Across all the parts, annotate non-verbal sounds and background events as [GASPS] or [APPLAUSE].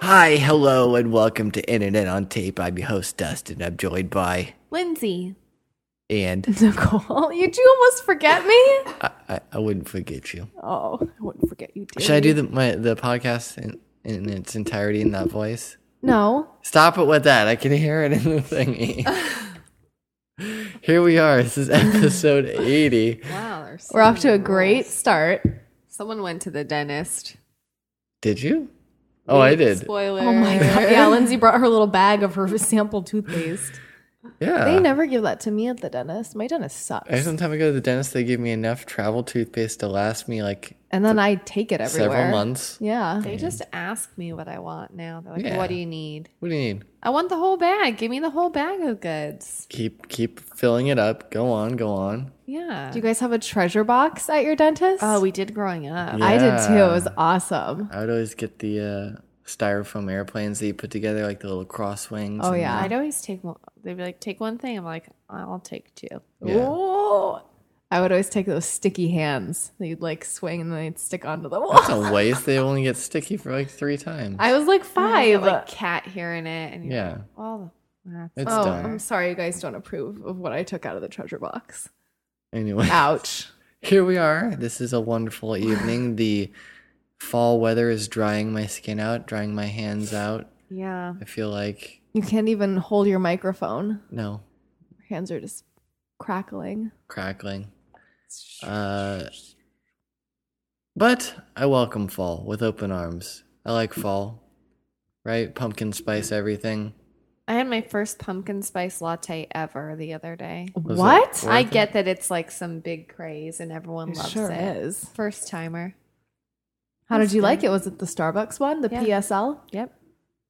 Hi, hello, and welcome to Internet on Tape. I'm your host, Dustin. I'm joined by Lindsay. and [LAUGHS] Nicole, you do almost forget me? I, I, I wouldn't forget you. Oh, I wouldn't forget you. Did Should I do the my, the podcast in, in its entirety in that voice? No. Stop it with that. I can hear it in the thingy. [LAUGHS] Here we are. This is [LAUGHS] episode 80. Wow. We're off to a great start. Someone went to the dentist. Did you? Oh, I did. Spoiler. Oh my [LAUGHS] god! Yeah, Lindsay brought her little bag of her sample toothpaste. They Yeah. never give that to me at the dentist. My dentist sucks, Every time I go to the dentist, they give me enough travel toothpaste to last me like and then I take it everywhere. several months. Yeah, They just ask me what I want now. They're like, Yeah. what do you need? What do you need? I want the whole bag. Give me the whole bag of goods. Keep keep filling it up. Go on, go on. Yeah. do you guys have a treasure box at your dentist? oh, we did growing up. Yeah. I did too. It was awesome. I would always get the uh, styrofoam airplanes that you put together, like the little cross wings. Oh and- yeah, I'd always take one. They'd be like, take one thing. I'm like, I'll take two. Yeah. Ooh. I would always take those sticky hands that you'd like swing and then they'd stick onto the wall. That's a waste. They only get sticky for like three times. [LAUGHS] I was [LAUGHS] like I five. like cat hair in it. And you're yeah, like, all the. that's it's oh, done. I'm sorry, you guys don't approve of what I took out of the treasure box. Anyway, Ah. Ouch. [LAUGHS] here we are. This is a wonderful evening. the fall weather is drying my skin out, drying my hands out. Yeah. I feel like You can't even hold your microphone. no Your hands are just crackling. crackling. Uh, but I welcome fall with open arms. I like fall, right? Pumpkin spice everything. I had my first pumpkin spice latte ever the other day. Was it What? worth I it? get that it's like some big craze and everyone loves sure it. is. First timer. How did That's you good. like it? Was it the Starbucks one, the Yeah. PSL? Yep.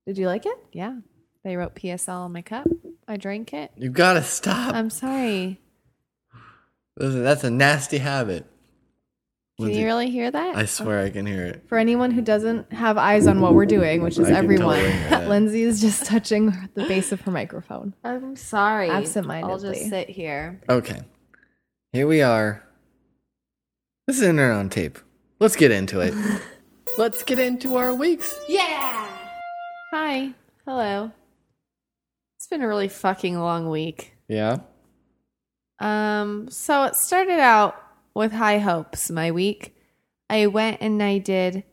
Did you like it? Yeah. They wrote PSL on my cup. I drank it. You gotta stop. Um, I'm sorry. Listen, that's a nasty habit. Can Lindsay, you really hear that? I swear I can hear it. For anyone who doesn't have eyes on what we're doing, which is I can everyone, totally [LAUGHS] hear that. Lindsay is just touching the base of her microphone. I'm sorry. I'll just Absentmindedly. sit here. Okay. Here we are. This is Internet on Tape. Let's get into it. Let's get into our weeks. Hi. Hello. It's been a really fucking long week. Yeah. Um, so it started out with high hopes my week. I went and I did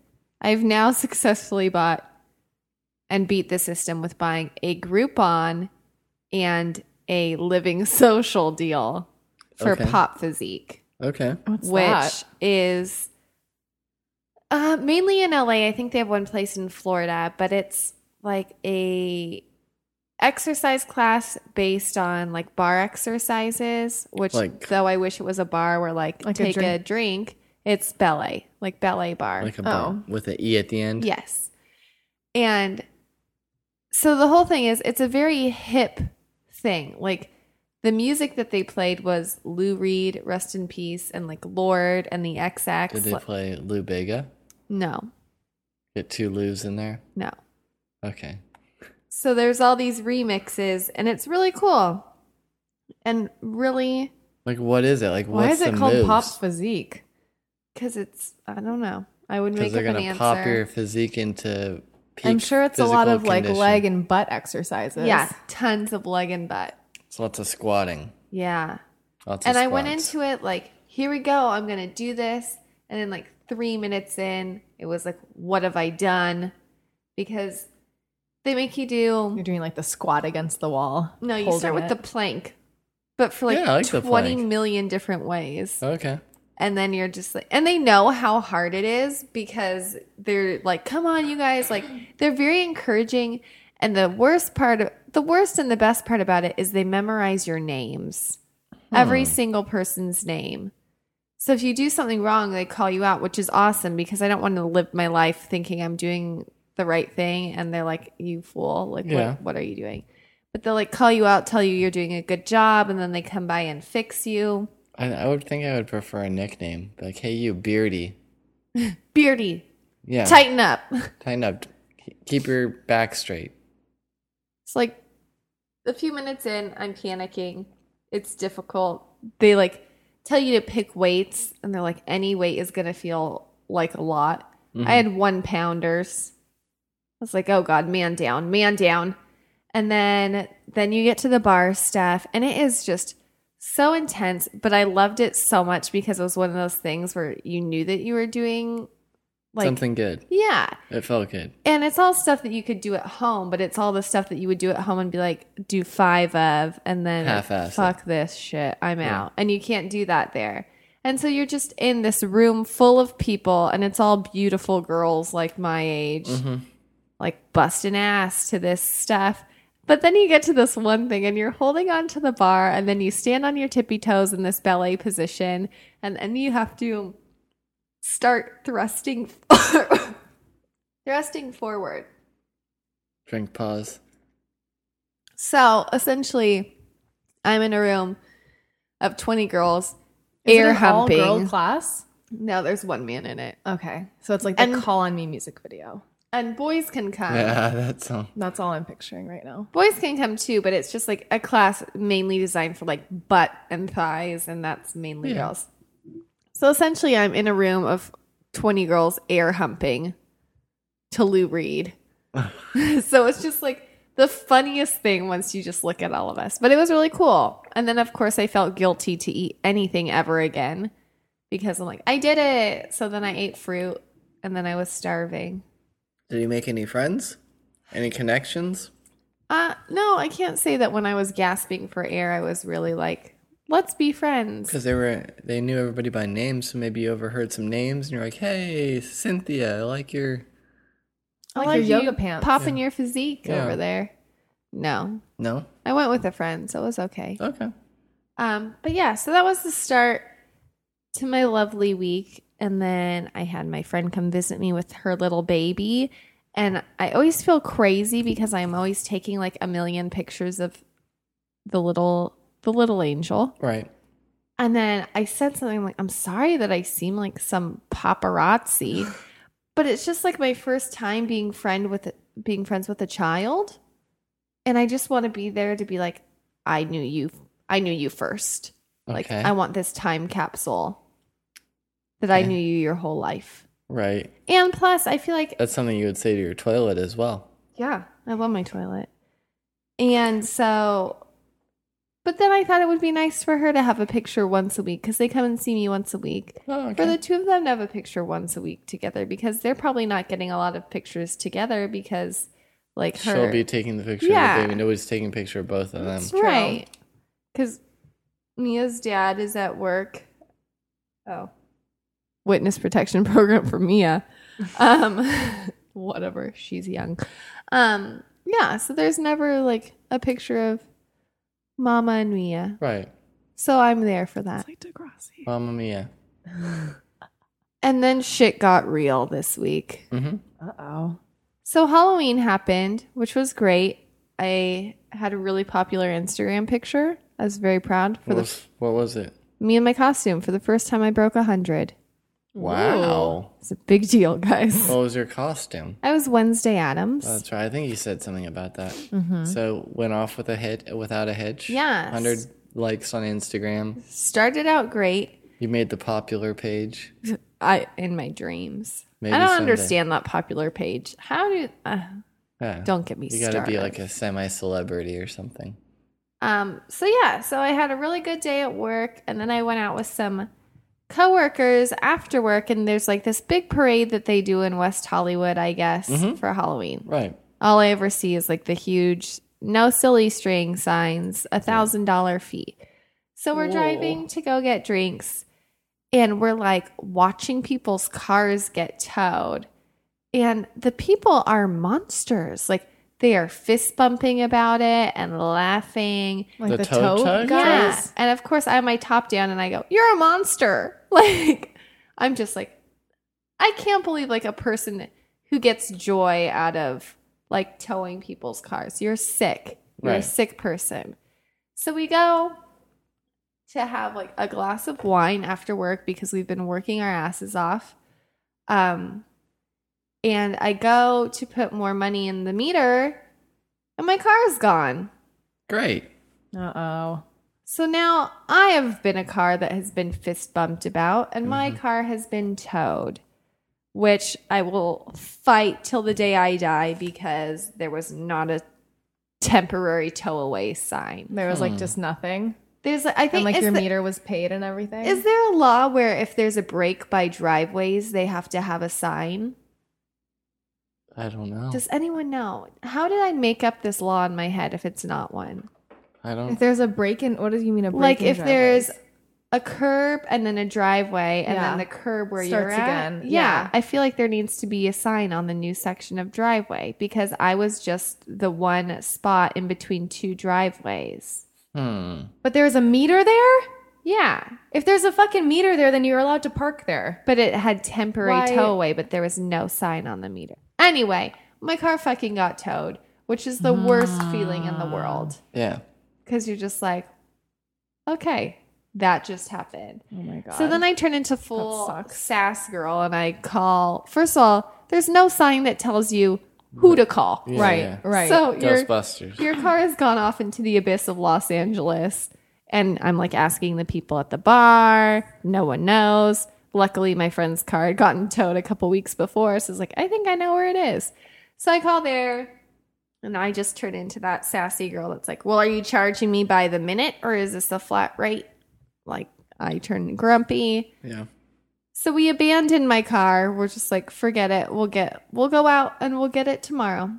I've now [LAUGHS] successfully bought and beat the system with buying a Groupon and a living [LAUGHS] social deal for Okay. Pop Physique, Okay. What's which is uh, mainly in LA. I think they have one place in Florida, but it's like a exercise class based on like bar exercises, which Like- though I wish it was a bar where like, Like a take a drink. it's ballet, like ballet bar. Oh. Like a bar with an E at the end. Yes. And so the whole thing is it's a very hip thing. Like the music that they played was Lou Reed, Rest in Peace, and like Lord and the XX. Did they Like- play Lou Bega? no, Get two Lou's in there. no. Okay. So there's all these remixes and it's really cool. And really Like what is it? Like Why what's is it the called moves? Pop Physique? cuz it's I don't know. I would Because make up they're an gonna answer. pop your physique into. Peak I'm sure it's a lot physical of like condition. leg and butt exercises. yeah, tons of leg and butt. It's lots of squatting. Yeah. Lots and of I went squats. into it like, here we go, I'm gonna do this. And then like three minutes in, it was like, what have I done? Because they make you do You're doing like the squat against the wall. no, you holding start with it. the plank, but for like, Yeah, I like the twenty plank. million different ways. Okay. And then you're just like, and they know how hard it is because they're like, come on, you guys. Like, they're very encouraging. And the worst part, of, the worst and the best part about it is they memorize your names, Hmm. every single person's name. So if you do something wrong, they call you out, which is awesome because I don't want to live my life thinking I'm doing the right thing. And they're like, you fool. Like, Yeah. what, what are you doing? But they'll like call you out, tell you you're doing a good job. And then they come by and fix you. I, I would think I would prefer a nickname. Like, hey, you beardy. Beardy, Yeah. tighten up. [LAUGHS] Tighten up. Keep your back straight. It's like a few minutes in, I'm panicking. It's difficult. They like tell you to pick weights, and they're like, any weight is going to feel like a lot. I had one pounders. was like, oh God, man down, man down. And then then you get to the bar stuff and it is just so intense, but I loved it so much because it was one of those things where you knew that you were doing like Something good. Yeah. It felt good. And it's all stuff that you could do at home, but it's all the stuff that you would do at home and be like, do five of, and then Half-ass fuck this shit, I'm out. And you can't do that there. And so you're just in this room full of people, and it's all beautiful girls like my age, like busting ass to this stuff. But then you get to this one thing, and you're holding on to the bar, and then you stand on your tippy toes in this ballet position, and then you have to start thrusting [COUGHS] thrusting forward. Drink pause. So essentially, I'm in a room of 20 girls Is it air an humping. all-girl class. no, there's one man in it, Okay, so it's like the And- "Call on Me" music video. and boys can come. Yeah, [LAUGHS] that song. That's all I'm picturing right now. Boys can come too, but it's just like a class mainly designed for like butt and thighs, and that's mainly Yeah. girls. So essentially, I'm in a room of 20 girls air humping to Lou Reed. so it's just like the funniest thing once you just look at all of us. But it was really cool. And then, of course, I felt guilty to eat anything ever again because I'm like, I did it. So then I ate fruit and then I was starving. Did you make any friends? Any connections? Uh, no, I can't say that when I was gasping for air, I was really like, let's be friends. Because they were they knew everybody by name, so maybe you overheard some names and you're like, Hey, Cynthia, I like your I like Why your are yoga Oh, you pants. Popping your physique Yeah. over there. No, No? I went with a friend, so it was okay. Okay. Um, but yeah, so that was the start to my lovely week. And then I had my friend come visit me with her little baby. And I always feel crazy because I'm always taking like a million pictures of the little the little angel. Right. And then I said something like, I'm sorry that I seem like some [SIGHS] paparazzi, but it's just like my first time being friend with being friends with a child. And I just want to be there to be like, I knew you I knew you first. Like Okay. I want this time capsule that I Okay. knew you your whole life. Right. And plus I feel like That's something you would say to your toilet as well. yeah, I love my toilet. And so, but then I thought it would be nice for her to have a picture once a week because they come and see me once a week. Oh, For the two of them to have a picture once a week together because they're probably not getting a lot of pictures together because, like, her. She'll be taking the picture Yeah. of the baby. Nobody's taking a picture of both of them. That's true. right. Because Mia's dad is at work. Oh. Witness protection [LAUGHS] program for Mia. Um, [LAUGHS] whatever. She's young. Um, yeah. So there's never like a picture of Mama and Mia. Right. So I'm there for that. It's like Degrassi. Mamma mia. And then shit got real this week. hmm Uh oh. So Halloween happened, which was great. I had a really popular Instagram picture. I was very proud for What, the was, what was it? me and my costume for the first time I broke 100. Wow. It's a big deal, [LAUGHS] guys. What was your costume? I was Wednesday Adams. That's right. I think you said something about that. So went off with a hit without a hitch. Yes. Hundred likes on Instagram. Started out great. You made the popular page. I in my dreams. Maybe I don't someday. understand that popular page. How do uh, Yeah. don't get me You started. gotta be like a semi-celebrity or something. Um, so yeah, so I had a really good day at work, and then I went out with some coworkers after work, and there's like this big parade that they do in West Hollywood, I guess, Mm-hmm. for Halloween. Right. All I ever see is like the huge no silly string signs, a thousand dollar fee. So we're Whoa. driving to go get drinks, and we're like watching people's cars get towed. And the people are monsters. Like they are fist bumping about it and laughing. Like The toe tug? Yeah. guys. And of course, I have my top down and I go, You're a monster. [LAUGHS] Like, I'm just like, I can't believe like a person who gets joy out of like towing people's cars. You're sick. You're a Right. sick person. So we go to have like a glass of wine after work because we've been working our asses off. Um, and I go to put more money in the meter and my car's gone. Great. Uh oh. So now I have been a car that has been fist bumped about, and my car has been towed. which I will fight till the day I die because there was not a temporary tow away sign. There Hmm. was like just nothing. There's, I think, And like is your the- meter was paid and everything. Is there a law where if there's a break by driveways, they have to have a sign? I don't know. Does anyone know? How did I make up this law in my head if it's not one? I don't. if there's a break in, what do you mean a break like in if driveways? there's a curb and then a driveway and Yeah. then the curb where Starts you're at. again. Yeah. Yeah. I feel like there needs to be a sign on the new section of driveway because I was just the one spot in between two driveways. Hmm. but there was a meter there. Yeah, If there's a fucking meter there, then you're allowed to park there. but it had temporary Why- tow away, but there was no sign on the meter. Anyway, my car fucking got towed, which is the worst feeling in the world Yeah. because you're just like, okay, that just happened. Oh my god. So then I turn into full sucks. sass girl and I call. First of all, there's no sign that tells you who to call. Yeah, right, yeah. right. So you're Ghostbusters. your car has gone off into the abyss of Los Angeles. And I'm like asking the people at the bar. No one knows. Luckily, my friend's car had gotten towed a couple weeks before. So I was like, I think I know where it is. So I call there and I just turn into that sassy girl that's like, Well, are you charging me by the minute or is this a flat rate? Like, I turn grumpy. Yeah. So we abandoned my car. We're just like, forget it. We'll get, we'll go out and we'll get it tomorrow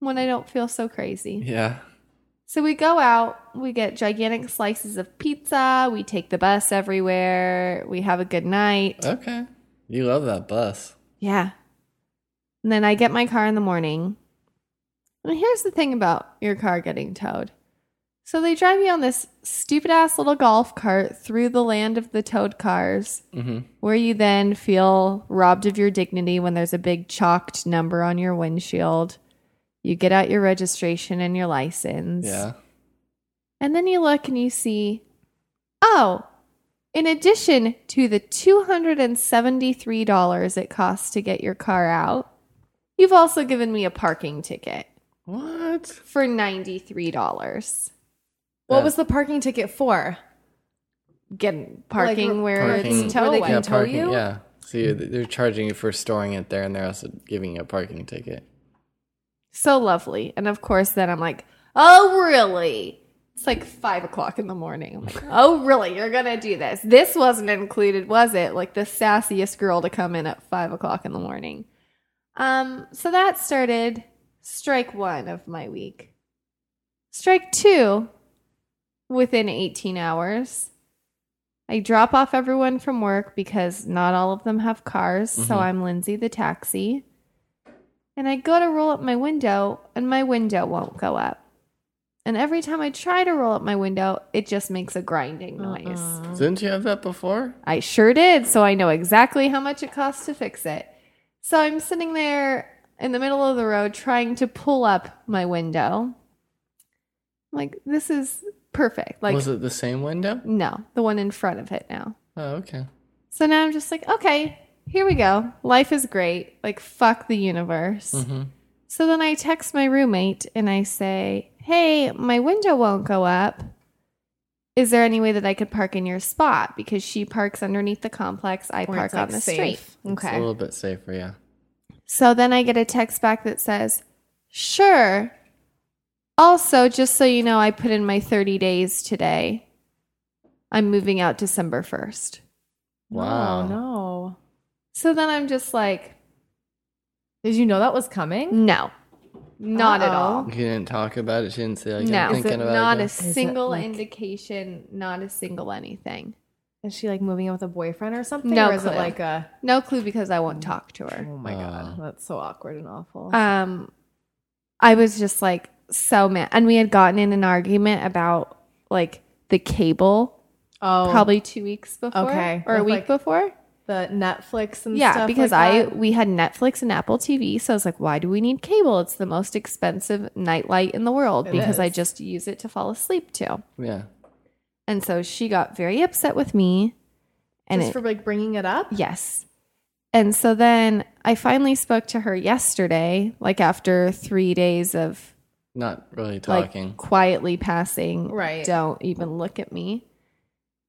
when I don't feel so crazy. Yeah. So we go out, we get gigantic slices of pizza, we take the bus everywhere, we have a good night. Okay. You love that bus. Yeah. And then I get my car in the morning. And here's the thing about your car getting towed. So they drive you on this stupid ass little golf cart through the land of the towed cars, Mm-hmm. where you then feel robbed of your dignity when there's a big chalked number on your windshield. You get out your registration and your license. Yeah. And then you look and you see, oh, in addition to the $273 it costs to get your car out, you've also given me a parking ticket What? for $93. what Uh, was the parking ticket for? Getting parking where Parking. it's towed. Where they yeah, can tow parking. you? Yeah. So you they're charging you for storing it there, and they're also giving you a parking ticket. So lovely. And of course, then I'm like, oh, really? It's like five o'clock in the morning. I'm like, oh, really? You're going to do this? This wasn't included, was it? Like the sassiest girl to come in at five o'clock in the morning. Um, so that started strike one of my week. Strike two, within 18 hours, I drop off everyone from work because not all of them have cars. So Mhm. I'm Lindsay the taxi. And I go to roll up my window, and my window won't go up. And every time I try to roll up my window, it just makes a grinding noise. Didn't you have that before? I sure did, so I know exactly how much it costs to fix it. So I'm sitting there in the middle of the road trying to pull up my window. Like, this is perfect. Like, was it the same window? no, the one in front of it now. Oh, okay. So now I'm just like, okay, here we go. Life is great. Like, fuck the universe. Mm-hmm. So then I text my roommate and I say, Hey, my window won't go up. Is there any way that I could park in your spot? Because she parks underneath the complex, I Where park it's, like, on the safe. street. It's a Okay. little bit safer. Yeah. So then I get a text back that says, Sure. Also, just so you know, I put in my 30 days today. I'm moving out December 1st. Wow. Oh no. So then I'm just like, Did you know that was coming? No, not at Uh-oh. all. You didn't talk about it. She didn't say like No. I'm Is thinking about not it. a again. it, single like- indication, not a single anything. Is she like moving in with a boyfriend or something? No or is clue. it like a No clue because I won't talk to her. Oh my god, Oh. that's so awkward and awful. Um, I was just like so mad, and we had gotten in an argument about like the cable oh, probably two weeks before, Okay. or a With, week like, before. the Netflix and Yeah, stuff. because like I that? we had Netflix and Apple TV, so I was like, why do we need cable? It's the most expensive nightlight in the world It because I is. just use it to fall asleep to. Yeah. And so she got very upset with me, and just it- for like bringing it up. Yes. And so then I finally spoke to her yesterday, like after three days of Not really like talking. quietly passing. Right. Don't even look at me.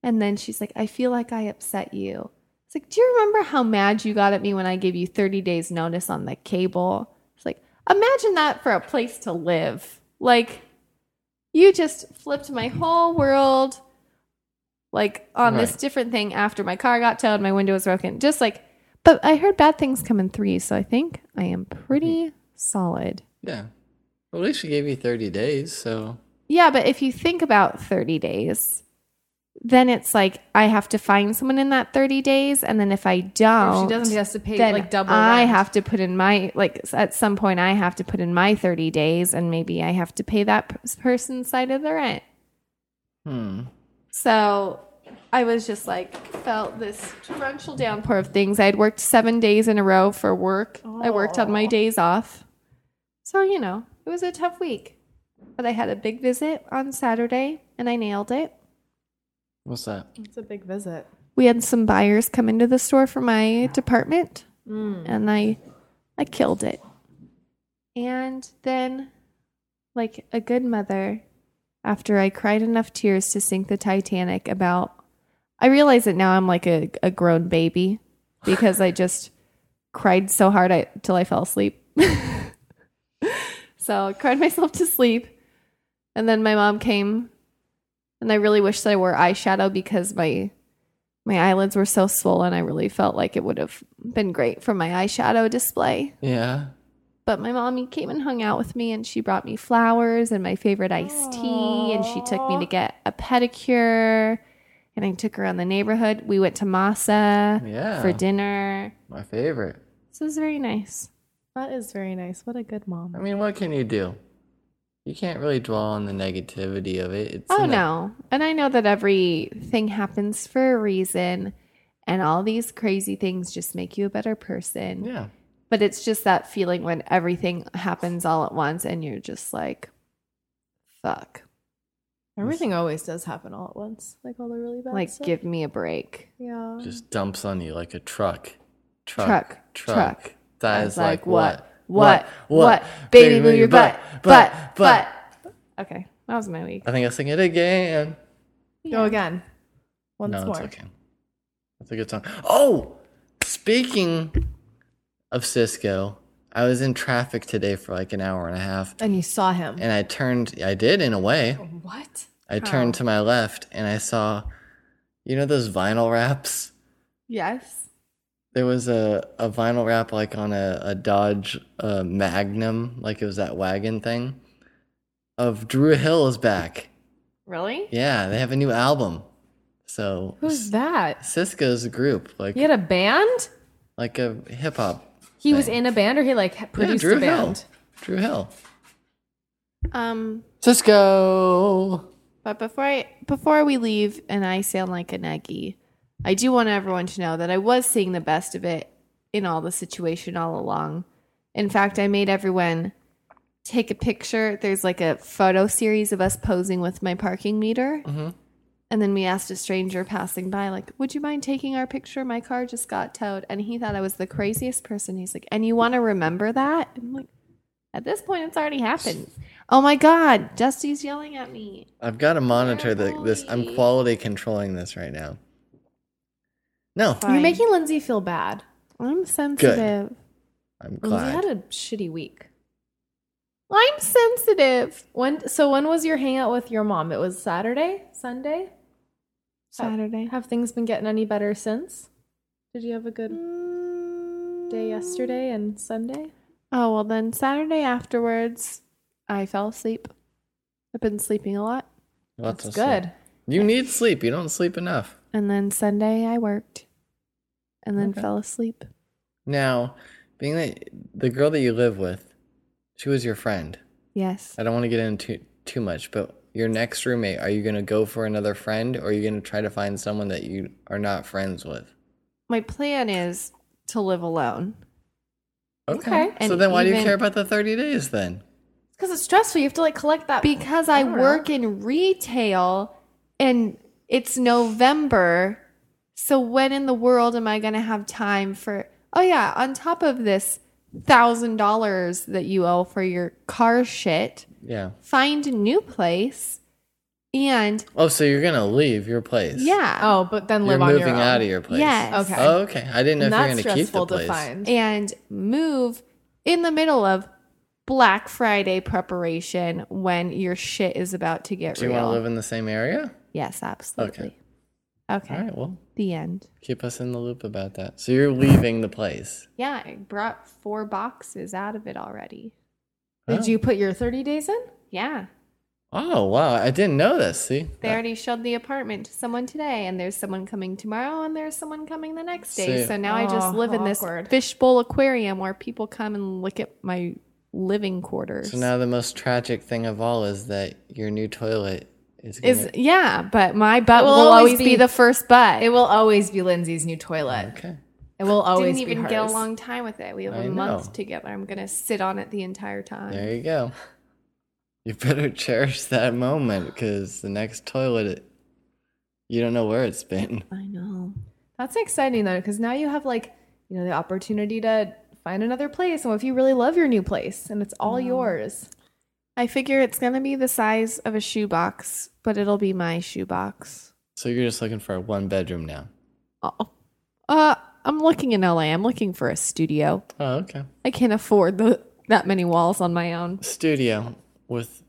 And then she's like, I feel like I upset you. So It's like, do you remember how mad you got at me when I gave you 30 days notice on the cable? It's like, imagine that for a place to live. Like, you just flipped my whole world, like, on this Right. different thing after my car got towed, my window was broken. Just like, but I heard bad things come in threes, so I think I am Hmm. pretty solid. Yeah. Well, at least she gave you 30 days, so. Yeah, but if you think about 30 days, then it's like I have to find someone in that 30 days. And then if I If don't, she doesn't, she has to pay then like double. I rent. have to put in my, like, s- at some point, I have to put in my 30 days and maybe I have to pay that p- person's side of the rent. Hmm. So I was just like, felt this torrential downpour of things. I had worked seven days in a row for work, I worked on my days off. So, you know, it was a tough week. But I had a big visit on Saturday and I nailed it. What's that? It's a big visit. We had some buyers come into the store for my department and I I killed it. And then like a good mother after I cried enough tears to sink the Titanic about I realize that now I'm like a, a grown baby because I just [LAUGHS] cried so hard I, till I fell asleep. [LAUGHS] so I cried myself to sleep. And then my mom came and I really wish that I wore eyeshadow because my my eyelids were so swollen I really felt like it would have been great for my eyeshadow display. Yeah. But my mommy came and hung out with me, and she brought me flowers and my favorite iced tea, and she took me to get a pedicure, and I took her around the neighborhood. We went to Masa Yeah. for dinner. My favorite. So it was very nice. That is very nice. What a good I mom. mean, what can you do? You can't really dwell on the negativity of it. It's Oh in the- no! And I know that everything happens for a reason, and all these crazy things just make you a better person. Yeah. But it's just that feeling when everything happens all at once, and you're just like, "Fuck!" Everything always does happen all at once. Like all the really bad like, stuff. give me a break. Yeah. Just dumps on you like a truck. Truck. Truck, Truck. truck. That I is was like, like what? what? What? What? Baby, move your butt. Butt. Butt. Okay, that was my week. I think I sing it again. Go again. Once no, more. it's okay. That's a good song. Oh, speaking of Cisco, I was in traffic today for like an hour and a half, And you saw him. and I turned. I did in a way. what? I turned to my left, and I saw, you know, those vinyl wraps. Yes. There was a, a vinyl wrap like on a, a Dodge uh, Magnum, like it was that wagon thing. Of Drew Hill is back. Really? Yeah, they have a new album. So Who's that? Cisco's group, like He had a band? like a hip hop. He was Thing. in a band or he like ha- Yeah, produced Drew a band? Hill. Drew Hill. Um, Cisco. but before I before we leave, and I sound like a naggy, I do want everyone to know that I was seeing the best of it in all the situation all along. In fact, I made everyone take a picture. There's like a photo series of us posing with my parking meter. And then we asked a stranger passing by, like, would you mind taking our picture? My car just got towed. And he thought I was the craziest person. He's like, and you want to remember that? And I'm like, at this point, it's already happened. Oh my God, Dusty's yelling at me. I've got to monitor the, this. I'm Holy. quality controlling this right now. No, Fine. You're making Lindsay feel bad. I'm sensitive. I'm Lindsay had glad. a shitty week. I'm sensitive. When so when was your hangout with your mom? It was Saturday? Sunday? Saturday. Have things been getting any better since? Did you have a good day yesterday and Sunday? Mm. Oh, well, then Saturday afterwards, I fell asleep. I've been sleeping a lot. Lots That's of sleep. good. You need sleep. You don't sleep enough. And then Sunday, I worked and then fell asleep. Now, being that the girl that you live with, she was your friend. Yes. I don't want to get into too much, but your next roommate, are you going to go for another friend or are you going to try to find someone that you are not friends with? My plan is to live alone. Okay. Okay. So And then why do you even- care about the 30 days then? Because it's stressful. You have to like collect that. Because I, don't know. work in retail and it's November. So when in the world am I going to have time for Oh yeah, on top of this $1000 that you owe for your car shit, Yeah. find a new place And Oh, so you're gonna leave your place? yeah. Oh, but then You're live on moving your own. out of your place. Yes. Okay. Oh, okay. I didn't know And if that's you're gonna keep the stressful to place. find. and move in the middle of Black Friday preparation when your shit is about to get Do you real. want to live in the same area? yes, absolutely. Okay. All right. Well, The end. keep us in the loop about that. So you're leaving the place. Yeah, I brought four boxes out of it already. Oh. Did you put your 30 days in? Yeah. Oh wow! I didn't know this. See, They already showed the apartment to someone today, and there's someone coming tomorrow, and there's someone coming the next day. See- So now I Oh, just live in this awkward. fishbowl aquarium where people come and look at my living quarters. So now the most tragic thing of all is that your new toilet is gonna, is yeah, but my butt It will, will always, always be, be- the first butt. It will always be Lindsay's new toilet. okay. It will always didn't even be hers. get a long time with it. We have a I know. month together. I'm gonna sit on it the entire time. There you go. You better [LAUGHS] cherish that moment because the next toilet, it- you don't know where it's been. I know. That's exciting though, because now you have like you know the opportunity to find another place, and what if you really love your new place and it's all yours? I figure it's gonna be the size of a shoebox, but it'll be my shoebox. So you're just looking for a one bedroom now. Oh, uh, I'm looking in LA. I'm looking for a studio. Oh, okay. I can't afford the, that many walls on my own. Studio with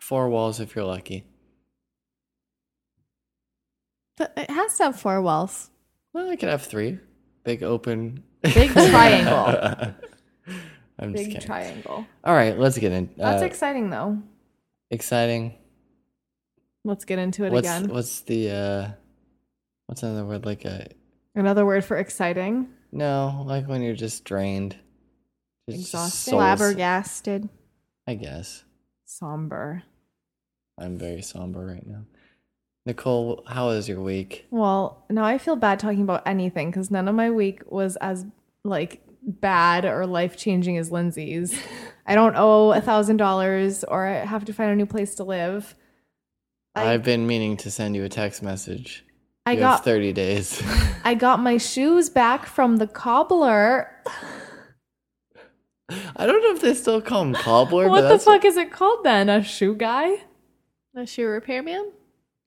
four walls if you're lucky. But it has to have four walls. Well, I could have three. Big open. Big triangle, [LAUGHS] I'm just big kidding. triangle. All right, let's get in. Uh, That's exciting though. exciting. Let's get into it What's again. what's the uh, what's another word like a Another word for exciting. No, like when you're just drained. It's just Exhausted? souls, Flabbergasted. I guess. Somber. I'm very somber right now. Nicole, how is your week? Well, now I feel bad talking about anything because none of my week was as like bad or life changing as Lindsay's. I don't owe a thousand dollars or I have to find a new place to live. I- I've been meaning to send you a text message. I you have got 30 days. [LAUGHS] I got my shoes back from the cobbler. I don't know if they still call him cobbler, what but the that's fuck is it called then? A shoe guy? A shoe repairman?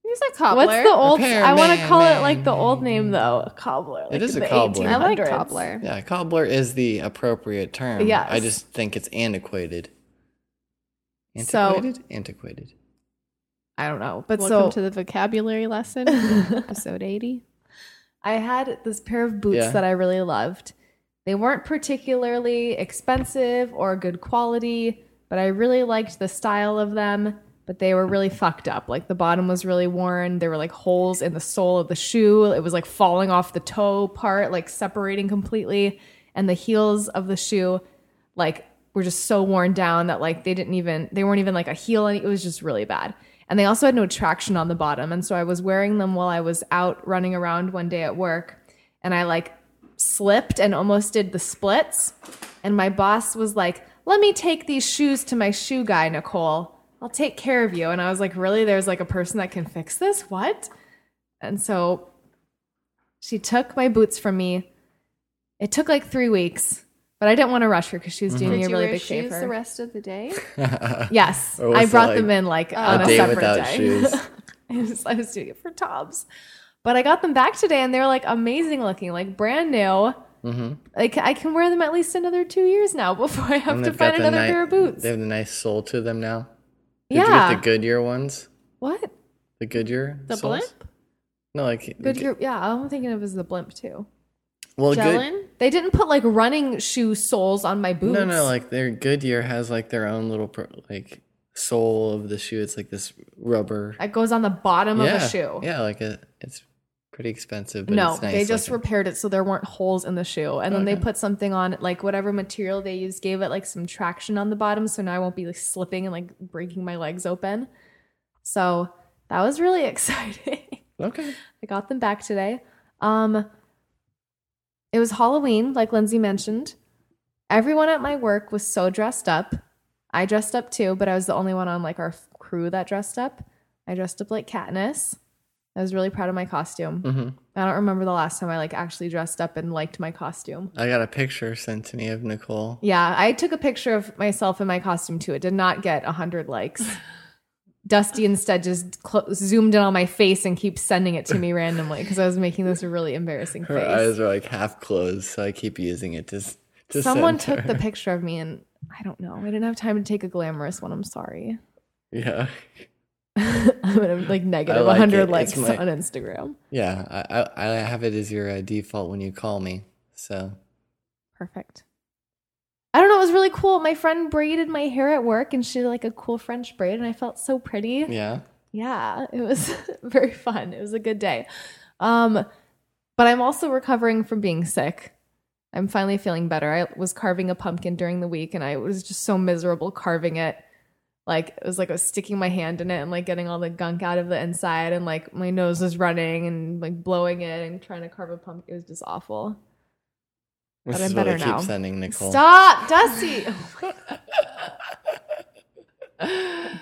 He's a cobbler. What's the old? I want to Repairman, call it like the man. old name though. A cobbler. like is in a the cobbler. I like 1800s. cobbler. yeah, cobbler is the appropriate term. Yes. I just think it's antiquated. So- Antiquated? antiquated. [LAUGHS] I don't know, but so Welcome to the vocabulary [LAUGHS] lesson, episode 80. I had this pair of boots Yeah. that I really loved. They weren't particularly expensive or good quality, but I really liked the style of them. But they were really fucked up. Like the bottom was really worn. There were like holes in the sole of the shoe. It was like falling off the toe part, like separating completely. And the heels of the shoe, like, were just so worn down that like they didn't even, they weren't even like a heel. And it was just really bad. And they also had no traction on the bottom. And so I was wearing them while I was out running around one day at work. And I like slipped and almost did the splits. And my boss was like, Let me take these shoes to my shoe guy, Nicole. I'll take care of you. And I was like, Really? There's like a person that can fix this? What? And so she took my boots from me. It took like three weeks, but I didn't want to rush her because she was Mm-hmm. doing me a really big favor. the rest of the day? Yes, Or was I it brought like them in like on a a, day separate without day. shoes? [LAUGHS] I, was, I was doing it for Tom's, but I got them back today, and they're like amazing looking, like brand new. Mm-hmm. Like I can wear them at least another two years now [LAUGHS] before I have to they've find got the another ni- pair of boots. They have the nice sole to them now. Did yeah. you get the Goodyear ones? what? The Goodyear? The soles? blimp? No, like Good. yeah, all I'm thinking of is the blimp too. Well, good. Jellin? They didn't put like running shoe soles on my boots. No, no, like their Goodyear has like their own little pro- like sole of the shoe. It's like this rubber. it goes on the bottom yeah, of a shoe. Yeah, like a, it's pretty expensive. But No, it's nice they just looking. repaired it so there weren't holes in the shoe. And then they Okay. put something on, like whatever material they used gave it like some traction on the bottom. So now I won't be like slipping and like breaking my legs open. So that was really [LAUGHS] exciting. okay. I got them back today. Um, it was Halloween, like Lindsay mentioned. Everyone at my work was so dressed up. I dressed up too, but I was the only one on like our f- crew that dressed up. I dressed up like Katniss. I was really proud of my costume. hmm I don't remember the last time I like actually dressed up and liked my costume. I got a picture sent to me of Nicole. [LAUGHS] Yeah, I took a picture of myself in my costume too. It did not get 100 likes. Dusty instead just clo- zoomed in on my face and keeps sending it to me randomly because I was making this really embarrassing Her face. eyes are like half closed, so I keep using it to. s- to Someone center. took the picture of me and I don't know. I didn't have time to take a glamorous one. I'm sorry. [LAUGHS] [LAUGHS] Yeah, I'm gonna like negative like 100 it. It's likes my- on Instagram. yeah. I I, I have it as your uh, default when you call me. So Perfect. I don't know. It was really cool. My friend braided my hair at work, and she did like a cool French braid, and I felt so pretty. yeah, yeah it was [LAUGHS] very fun it was a good day um but i'm also recovering from being sick i'm finally feeling better i was carving a pumpkin during the week and i was just so miserable carving it like it was like i was sticking my hand in it and like getting all the gunk out of the inside and like my nose was running and like blowing it and trying to carve a pumpkin it was just awful this I'm is what I better keep now. sending Nicole. Stop, Dusty. Oh my God. I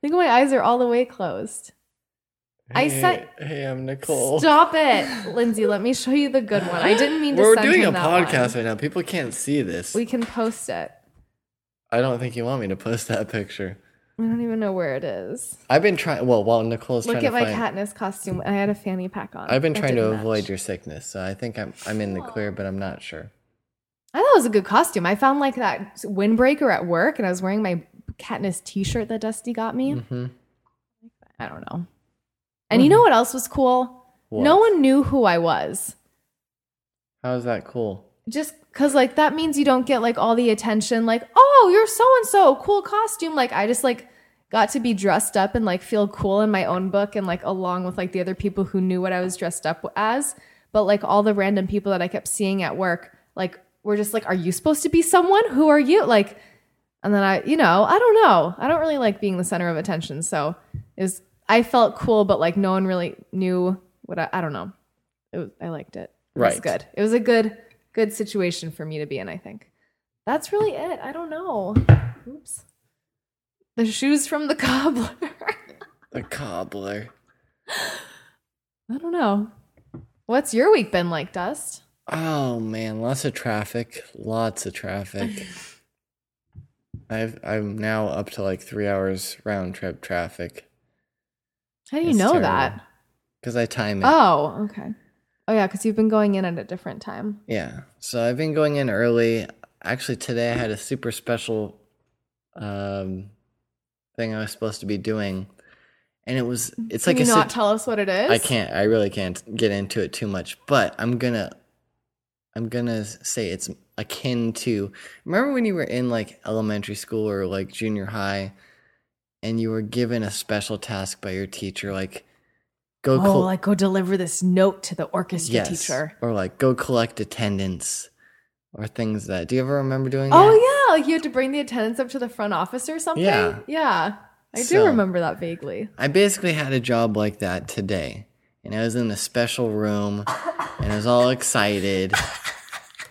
think my eyes are all the way closed. I Hey, sent- Hey, I'm Nicole. Stop it, Lindsay. Let me show you the good one. I didn't mean to. We're send doing a him that one. podcast right now. People can't see this. We can post it. I don't think you want me to post that picture. I don't even know where it is. I've been trying. Well, while Nicole's Look trying at to my find, Katniss costume. I had a fanny pack on. I've been That trying to didn't match. avoid your sickness, so I think I'm I'm in the clear, but I'm not sure. I thought it was a good costume. I found like that windbreaker at work, and I was wearing my Katniss T-shirt that Dusty got me. Mm-hmm. I don't know. And you know what else was cool? No one knew who I was. How is that cool? Just because, like, that means you don't get like all the attention, like, oh, you're so and so, cool costume. Like, I just like got to be dressed up and like feel cool in my own book and like along with like the other people who knew what I was dressed up as. But like all the random people that I kept seeing at work, like, were just like, are you supposed to be someone? Who are you? Like, and then I, you know, I don't know. I don't really like being the center of attention. So it was, I felt cool, but like no one really knew what I, I don't know. It was, I liked it. It was Right. good. It was a good, good situation for me to be in, I think. That's really it. I don't know. Oops. The shoes from the [LAUGHS] cobbler. A cobbler. I don't know. What's your week been like, Dust? Oh man, lots of traffic. Lots of [LAUGHS] traffic. I've I'm now up to like three hours round trip traffic How do you It's know terrible. that? because I time it. Oh, okay. Oh, yeah, because you've been going in at a different time. Yeah. So I've been going in early. Actually, today I had a super special um, thing I was supposed to be doing, and it was it's Can like you a not sit- tell us what it is? I can't. I really can't get into it too much, but I'm gonna. I'm gonna say it's akin to. Remember when you were in like elementary school or like junior high, and you were given a special task by your teacher, like go Oh, col- like go deliver this note to the orchestra teacher. or like go collect attendance or things that. Do you ever remember doing that? Oh yeah, like you had to bring the attendance up to the front office or something. Yeah. yeah. I do So- remember that vaguely. I basically had a job like that today. And I was in a special room and I was all [LAUGHS] excited.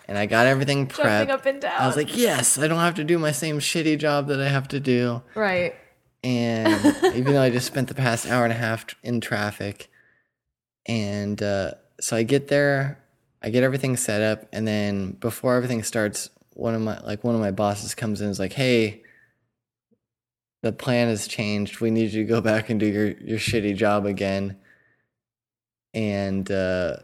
And I got everything Jumping prepped. up and down. I was like, yes, I don't have to do my same shitty job that I have to do. right. and even though I just spent the past hour and a half tr- in traffic, and uh, so I get there, I get everything set up, and then before everything starts, one of my like one of my bosses comes in and is like, "Hey, the plan has changed. We need you to go back and do your your shitty job again." And uh,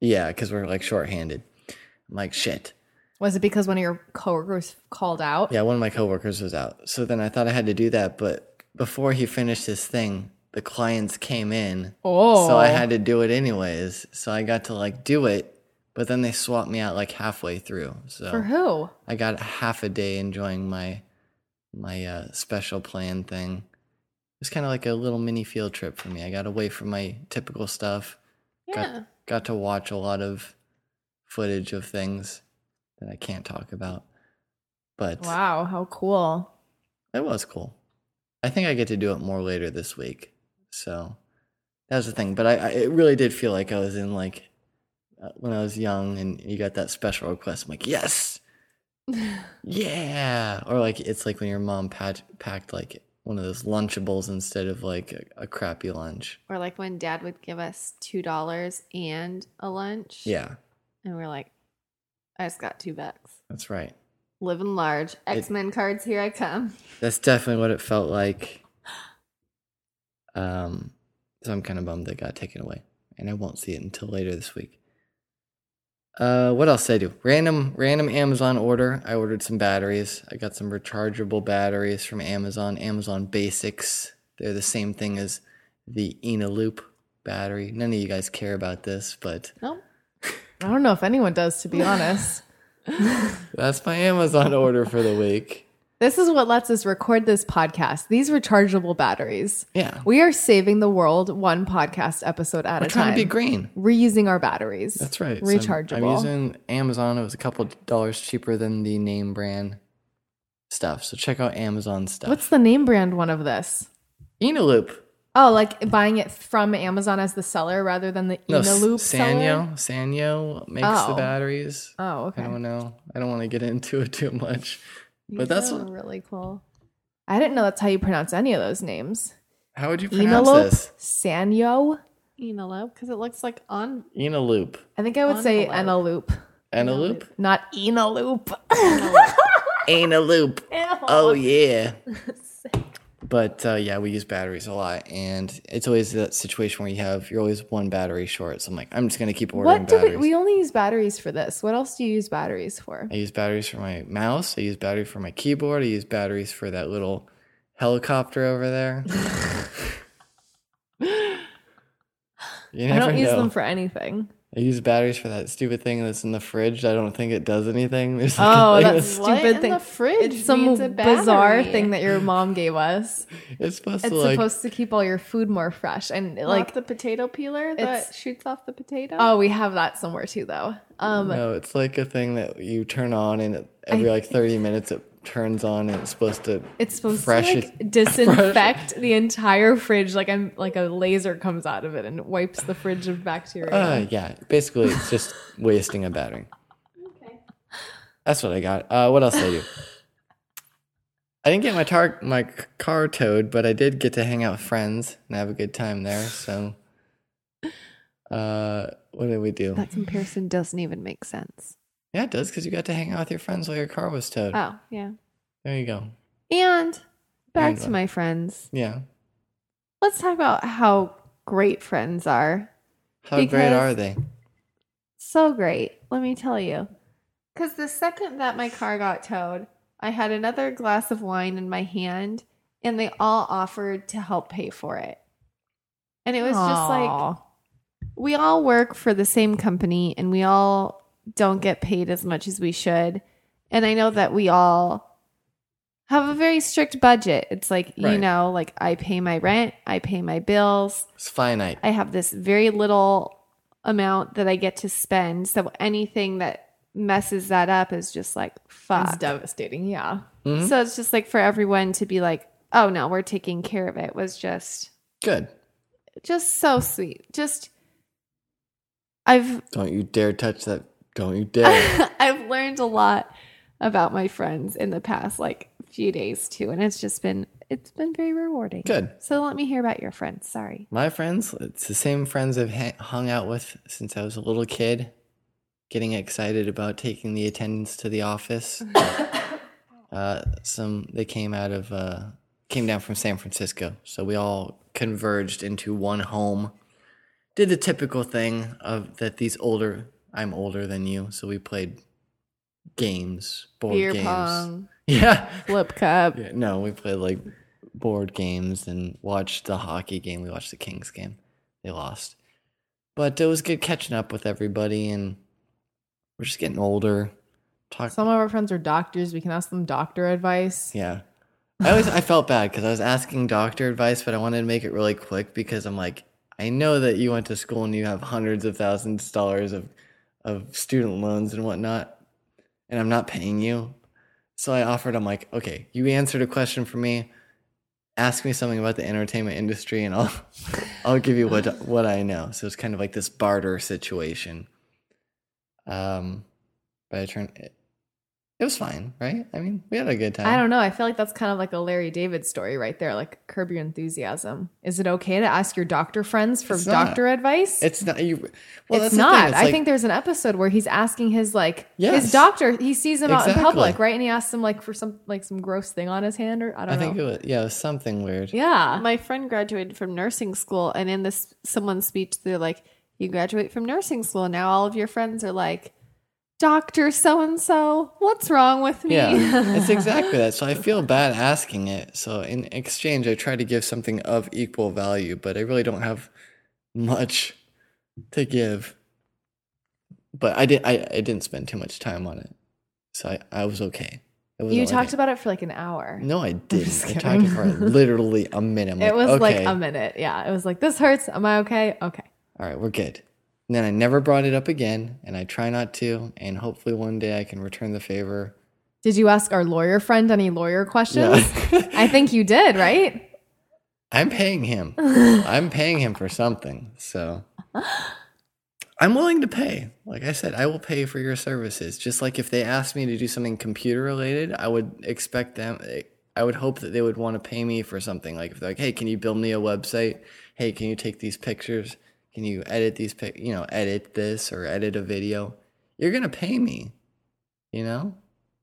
yeah, because we're like shorthanded. I'm like, shit. Was it because one of your coworkers called out? Yeah, one of my coworkers was out. So then I thought I had to do that, but before he finished his thing, the clients came in. Oh, So I had to do it anyways. So I got to like do it, but then they swapped me out like halfway through. for So who? I got half a day enjoying my my uh, special plan thing. It's kind of like a little mini field trip for me. I got away from my typical stuff. Got got to watch a lot of footage of things that I can't talk about. But Wow, how cool. it was cool. I think I get to do it more later this week. So that was the thing. But I, I it really did feel like I was in like uh, when I was young and you got that special request. I'm like, yes, yeah. Or like it's like when your mom pat- packed like one of those Lunchables instead of like a, a crappy lunch. Or like when dad would give us $2 and a lunch. Yeah, And we're like, I just got two bucks. that's right. Living large. X Men cards, here I come. That's definitely what it felt like. Um, so I'm kind of bummed that it got taken away, and I won't see it until later this week. Uh, what else did I do? Random, random Amazon order. I ordered some batteries. I got some rechargeable batteries from Amazon. Amazon Basics. They're the same thing as the Ena Loop battery. None of you guys care about this, [LAUGHS] but No. I don't know if anyone does, to [LAUGHS] be honest. that's my Amazon order for the week. This is what lets us record this podcast. These rechargeable batteries. Yeah, We are saving the world one podcast episode at we're a trying time. to be green. Reusing our batteries. That's right. So I'm- Rechargeable. I'm using Amazon. It was a couple dollars cheaper than the name brand stuff. So check out Amazon stuff. What's the name brand one of this? Enoloop? Oh, like buying it from Amazon as the seller rather than the No, Ina Loop S- Sanyo. Sanyo makes Oh. the batteries. seller. Oh, okay. I don't know. I don't want to get into it too much. But that's are what- really cool. I didn't know that's how you pronounce any of those names. How would you pronounce Enolope, this? Sanyo. Enolope, because it looks like on Enoloop. I think I would say Envelope. Eneloop, Enoloop? not Eneloop. Enoloop. Oh, yeah. But uh, yeah, we use batteries a lot, and it's always that situation where you have you're always one battery short. So I'm like, I'm just gonna keep ordering [LAUGHS] what do batteries. we? We only use batteries for this. What else do you use batteries for? I use batteries for my mouse. I use battery for my keyboard. I use batteries for that little helicopter over [LAUGHS] there. you I never don't use know. them for anything. I use batteries for that stupid thing that's in the fridge. that I don't think it does anything. [LAUGHS] There's like a Oh, thing that that's- What stupid in thing. the fridge It's some needs a bizarre battery? thing that your mom gave us. it's supposed It's to like supposed to keep all your food more fresh and like like. the potato peeler It's- that shoots off the potato. Oh, we have that somewhere too, though. Um, no, it's like a thing that you turn on and it, every like 30 minutes it turns on and it's supposed to It's supposed Fresh to is- [LAUGHS] like disinfect the entire fridge. Like I'm like a laser comes out of it and wipes the fridge of bacteria. Uh, yeah, basically, it's [LAUGHS] just wasting a battery. Okay. That's what I got. Uh, what else did I do? I didn't get my tar- my c- car towed, but I did get to hang out with friends and have a good time there. [SIGHS] So, uh, what did we do? that comparison doesn't even make sense. Yeah, it does because you got to hang out with your friends while your car was towed. Oh yeah. There you go. And back And to what? my friends. Yeah, Let's talk about how great friends are. how great Because- are they? So great. Let me tell you. Because the second that my car got towed, I had another glass of wine in my hand, and they all offered to help pay for it. And it was just like, Aw. we all work for the same company and we all don't get paid as much as we should. And I know that we all have a very strict budget. It's like, you Right. know, like I pay my rent, I pay my bills, It's finite. I have this very little amount that I get to spend. So anything that messes that up is just like, fuck. it's devastating. Yeah. Mhm. So it's just like for everyone to be like, oh no, we're taking care of it was just, Good. just so sweet. Just, I've Don't you dare touch that. Don't you [LAUGHS] dare. I've learned a lot about my friends in the past like few days too, and it's just been it's been very rewarding. Good. So let me hear about your friends. Sorry. My friends, it's the same friends I've ha- hung out with since I was a little kid, getting excited about taking the attendance to the [LAUGHS] office. uh, some they came out of uh, came down from San Francisco, so we all converged into one home. Did the typical thing of that these older I'm older than you, so we played games, board Beer games. pong, Yeah, flip cup. yeah, no, we played like board games and watched the hockey game. We watched the Kings game. They lost. But it was good catching up with everybody and we're just getting older. Talk Some of our friends are doctors. We can ask them doctor advice. Yeah. I always I felt bad because I was asking doctor advice, but I wanted to make it really quick because I'm like, I know that you went to school and you have hundreds of thousands of dollars of of student loans and whatnot, and I'm not paying you. So I offered, I'm like, okay, you answered a question for me. Ask me something about the entertainment industry, and I'll [LAUGHS] I'll give you what what I know. So it's kind of like this barter situation. Um, but I turned it, It was fine, right? I mean, we had a good time. I don't know. I feel like that's kind of like a Larry David story right there, like curb your enthusiasm. Is it okay to ask your doctor friends for It's not. doctor advice? It's not you. Well, it's that's the thing, not. it's I like- think there's an episode where he's asking his like Yes. his doctor. He sees him out in Exactly. public, right? And he asks him like for some like some gross thing on his hand, or I don't I know. think it was yeah, it was something weird. yeah, My friend graduated from nursing school, and in this someone's speech, they're like, "You graduate from nursing school, now all of your friends are like, Doctor so and so, what's wrong with me?" [LAUGHS] Yeah, [LAUGHS] it's exactly that. So I feel bad asking it. So in exchange, I try to give something of equal value, but I really don't have much to give. But I did. I, I didn't spend too much time on it, so I, I was okay. Mm, It was you only talked like- about it for like an hour. No, [LAUGHS] I didn't. I kidding. talked for literally a minute. I'm it was like okay, a minute. Yeah, it was like this hurts. Am I okay? Okay. All right, we're good. And then I never brought it up again, and I try not to. And hopefully, one day I can return the favor. Did you ask our lawyer friend any lawyer questions? Yeah. I think you did, right? I'm paying [LAUGHS] him. I'm paying him for something. So I'm willing to pay. Like I said, I will pay for your services. Just like if they asked me to do something computer related, I would expect them. I would hope that they would want to pay me for something. Like if they're like, hey, can you build me a website? Hey, can you take these pictures? Can you edit these pic? You know, edit this or edit a video. You're gonna pay me. You know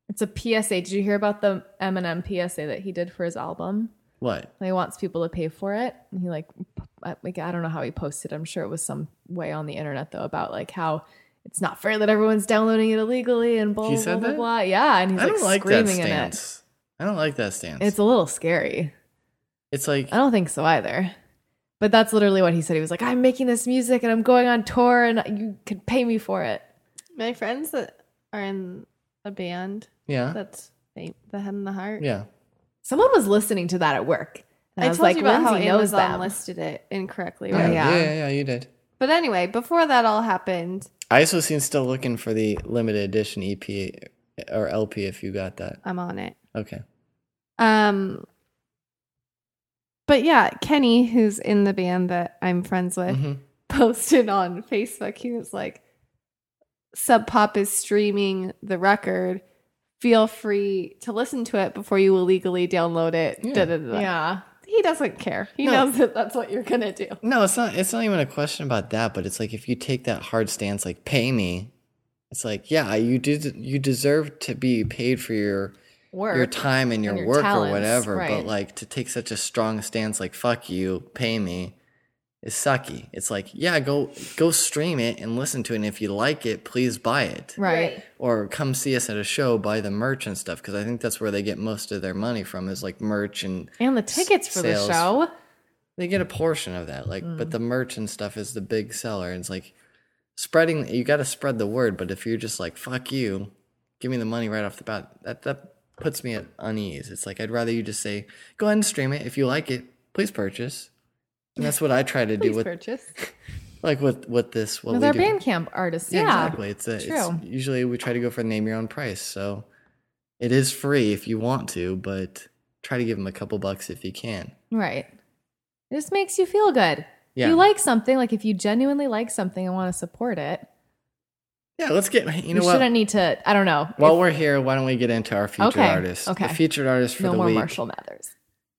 It's a PSA. Did you hear about the Eminem PSA that he did for his album? what? And he wants people to pay for it. And he like, p- I- like I don't know how he posted. I'm sure it was some way on the internet though about like how it's not fair that everyone's downloading it illegally and blah He blah said blah, that? blah. Yeah, and he's I don't like like that screaming in it. stance. I don't like that stance. It's a little scary. it's like I don't think so either. But that's literally what he said. He was like, "I'm making this music and I'm going on tour, and you could pay me for it." My friends that are in a band [LAUGHS] yeah, that's they- the head and the heart. yeah. Someone was listening to that at work. And I, was told like, you about how "Lindsay knows Amazon that. listed it incorrectly, Yeah, right? yeah, Yeah. yeah, yeah, you did. But anyway, before that all happened, I also seen still looking for the limited edition EP or LP if you got that. I'm on it. Okay. Um, but yeah, Kenny, who's in the band that I'm friends with, Mhm. posted on Facebook. He was like, Sub Pop is streaming the record. Feel free to listen to it before you illegally download it. Yeah. Da, da, da, da. Yeah, He doesn't care. He No. knows that that's what you're going to do. No, it's not it's not even a question about that, but it's like if you take that hard stance like pay me, it's like, yeah, you did you deserve to be paid for your work. your time and your, your work or talents, whatever, right. but like to take such a strong stance like fuck you, pay me is sucky. It's like, yeah, go go stream it and listen to it and if you like it, please buy it. right. or come see us at a show, buy the merch and stuff because I think that's where they get most of their money from is like merch and And the tickets for sales. the show. they get a portion of that. Like, but the merch and stuff is the big seller. And it's like spreading. You got to spread the word, but if you're just like fuck you, give me the money right off the bat. That that puts me at unease. It's like I'd rather you just say go ahead and stream it if you like it. Please purchase. And that's what I try to do Please with purchase. like with with this. What with we our do. Bandcamp artists. Yeah, Yeah, exactly. It's, a, true. it's usually we try to go for name your own price. So it is free if you want to, but try to give them a couple bucks if you can. right. It just makes you feel good. Yeah. If you like something, like if you genuinely like something and want to support it, yeah, let's get you you, know shouldn't what. need to. I don't know. While we're here, why don't we get into our featured Okay, artist? okay. The featured artist If- for no the more week Marshall Mathers.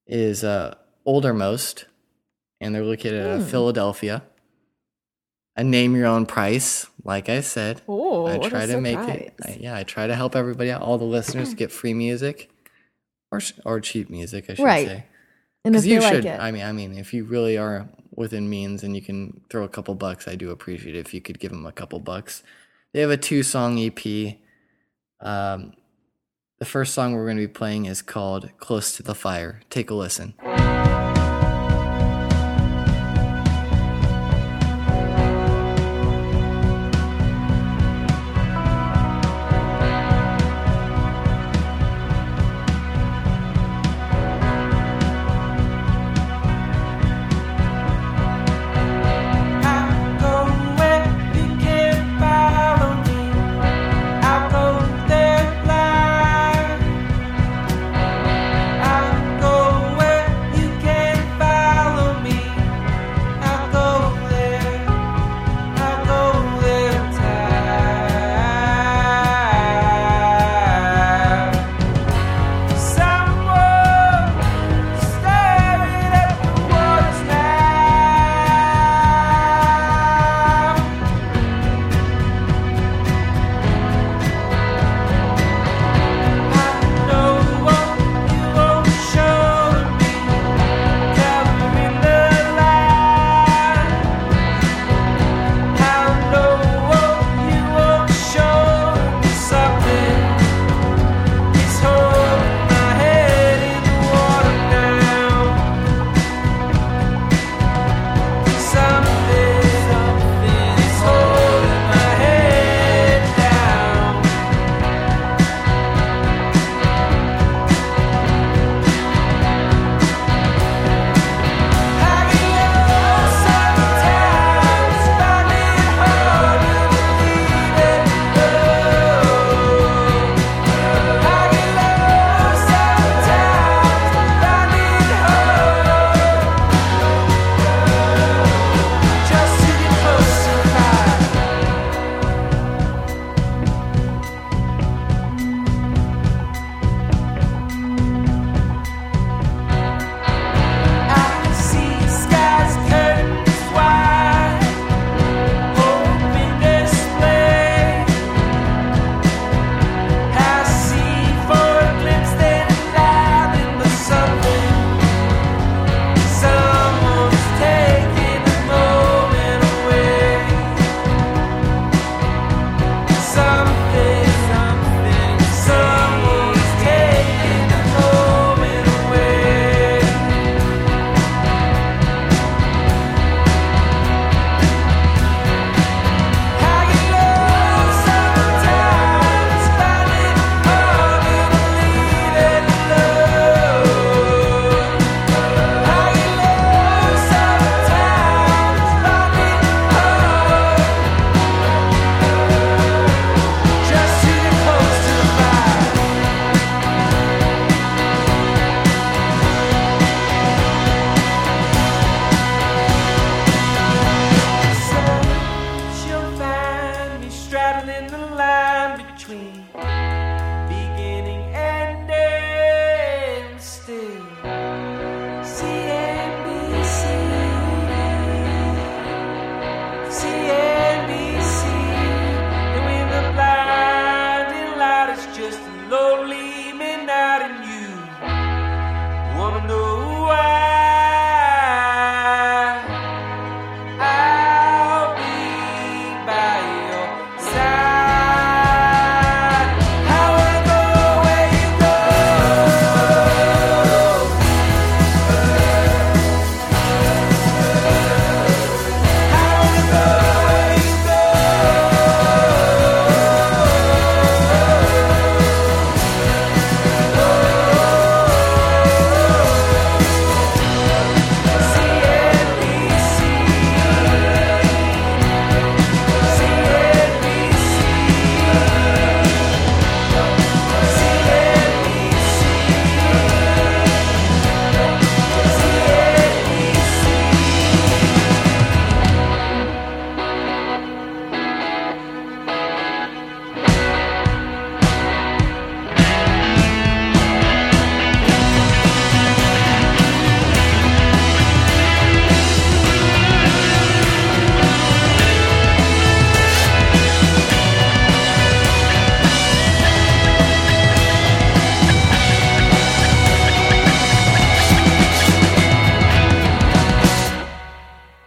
is uh, Oldermost, and they're located out of Hmm. Philadelphia. A name your own price, like I said. Oh, I try to make it. I, yeah, I try to help everybody out, all the Hmm. listeners, get free music, or sh- or cheap music, I should Right. say. and if Because you you like should. it, I mean, I mean, if you really are within means and you can throw a couple bucks, I do appreciate it if you could give them a couple bucks. They have a two-song EP. Um, the first song we're going to be playing is called "Close to the Fire." Take a listen. I'll go where you can't follow me. I'll go there blind. I'll go where you can't.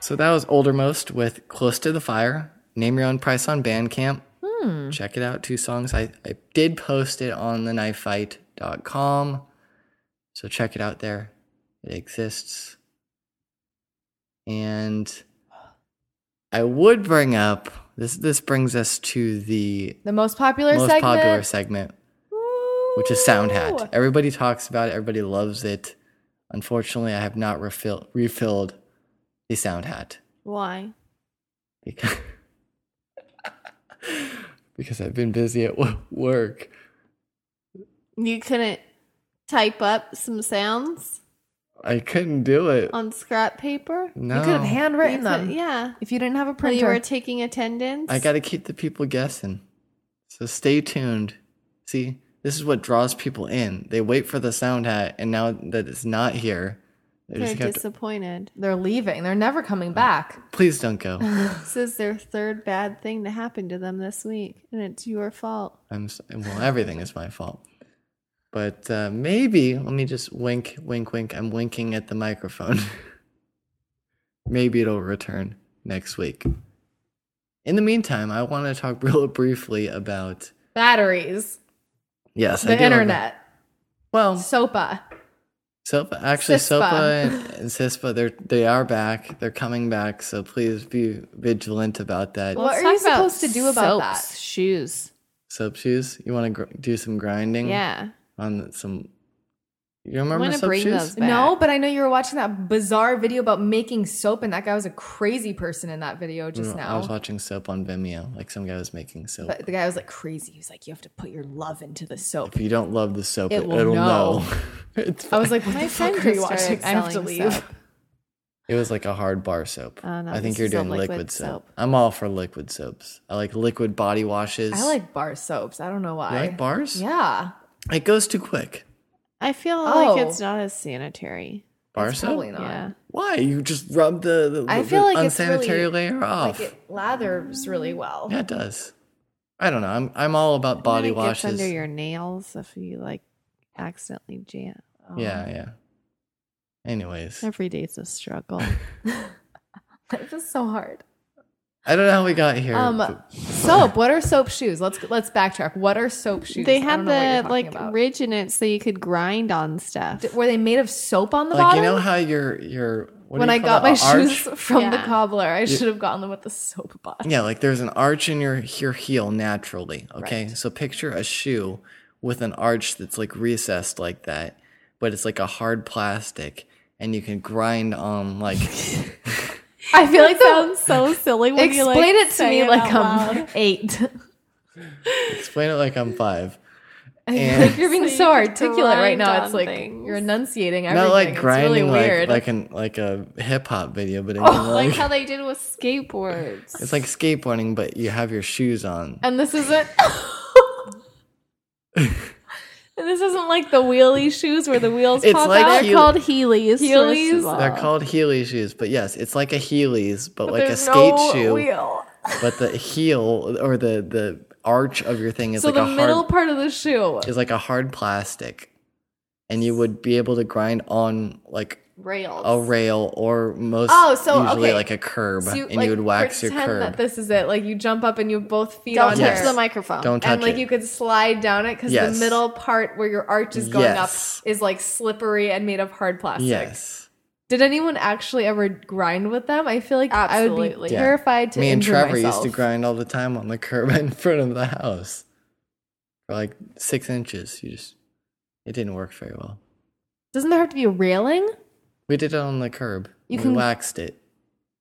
So that was Oldermost with Close to the Fire. Name your own price on Bandcamp. Hmm. Check it out. Two songs. I, I did post it on the knifefight.com. So check it out there. It exists. And I would bring up this this brings us to the The most popular most segment. popular segment, which is Sound Ooh. Hat. Everybody talks about it, everybody loves it. Unfortunately, I have not refill, refilled the Sound Hat Why? because, because I've been busy at wo- work. You couldn't type up some sounds I couldn't do it. on scrap paper? No. You could have handwritten You could- them. Yeah. If you didn't have a When printer. you were taking attendance? I got to keep the people guessing. So stay tuned. See, this is what draws people in. They wait for the sound hat, and now that it's not here, they They're just have to, disappointed. They're leaving. They're never coming back. please don't go. This is their third bad thing to happen to them this week, and it's your fault. I'm s- well, everything is my fault. But uh, maybe let me just wink, wink, wink. I'm winking at the microphone. [LAUGHS] maybe it'll return next week. In the meantime, I want to talk [LAUGHS] real briefly about Batteries. yes, I The do have a- internet. Well, SOPA. SOPA actually Sispa. [LAUGHS] SOPA and, and SISPA they're they are back. They're coming back, so please be vigilant about that. Well- What Let's are you talk about supposed to do about soaps, that? Shoes. Soap shoes, you want to gr- do some Mm. grinding Yeah. on some You don't remember wanna soap bring shoes? those back. No, but I know you were watching that bizarre video about making soap, and that guy was a crazy person in that video just No, I now. was watching soap on Vimeo. Like some guy was making soap. but the guy was like crazy. He was like, "You have to put your love into [LAUGHS] the soap." if you don't love the soap, It it, will will know. know. [LAUGHS] it's, I was like, "What My the fuck friend are you just started watching?" I have to selling leave. soap. it was like a hard bar soap. Uh, Oh, no, I think this you're is a doing liquid, liquid soap. soap. I'm all for liquid soaps. I like liquid body washes. I like bar soaps. I don't know You why. like bars? Yeah, It goes too quick. I feel Oh. like it's not as sanitary. Bar It's soap? probably not. Yeah. Why? You just rub the, the, I the feel like it's unsanitary really- layer off. Like it lathers really well. Oh. yeah, it does. I don't know. I'm I'm all about And then body it gets washes. under your nails if you like accidentally jam. Oh. yeah, yeah. Anyways, Every day's [LAUGHS] a struggle. [LAUGHS] It's just so hard. I don't know how we got here. Um, but- soap. What are soap shoes? Let's let's backtrack. What are soap shoes? they I had don't know what you're the talking like about. ridge in it so you could grind on stuff. [LAUGHS] D- were they made of soap on the like bottom? you know how your your what do when you I call got my that? A arch? shoes from the Yeah. cobbler, I should have gotten them with the soap bottom. Yeah, like there's an arch in your your heel naturally. Okay, so picture a shoe with an arch that's like recessed like that, but it's like a hard plastic, and you can grind on [LAUGHS] like I feel [LAUGHS] like the, sounds so silly when you explain like it to say me like out I'm loud. [LAUGHS] eight. explain it like I'm five. I feel [LAUGHS] And- like you're being So you so, can articulate right grind now. on It's like things. you're enunciating everything. [LAUGHS] Not like grinding it's really weird. Oh, like like an like a hip hop video, but I mean, like like, how they did with [LAUGHS] skateboards. it's like skateboarding, but you have your shoes on. and this [LAUGHS] [LAUGHS] isn't. and this isn't like the wheelie shoes where the wheels It's pop like Heel- out. They're called Heelys. Heelys? They're called Heelys shoes, but yes, it's like a Heelys, but, like a There's skate no shoe. Wheel. But the heel or the the arch of your thing is So like the a hard middle part of the shoe. is like a hard plastic and you would be able to grind on like rails. a rail or most Oh, so, usually okay. like a curb So and you would wax your pretend curb. That this is it. Like you jump up and you both feet Don't on touch Yes. her. the microphone. Don't touch and like it. you could slide down it because Yes. the middle part where your arch is going Yes. up is like slippery and made of hard plastic. yes. Did anyone actually ever grind with them? I feel like I would Absolutely. be Yeah. terrified to Me and injure Trevor myself. used to grind all the time on the curb [LAUGHS] in front of the house. For like six inches. You just it didn't work very well. Doesn't there have to be a railing? We did it on the curb. You we can- waxed [LAUGHS] it.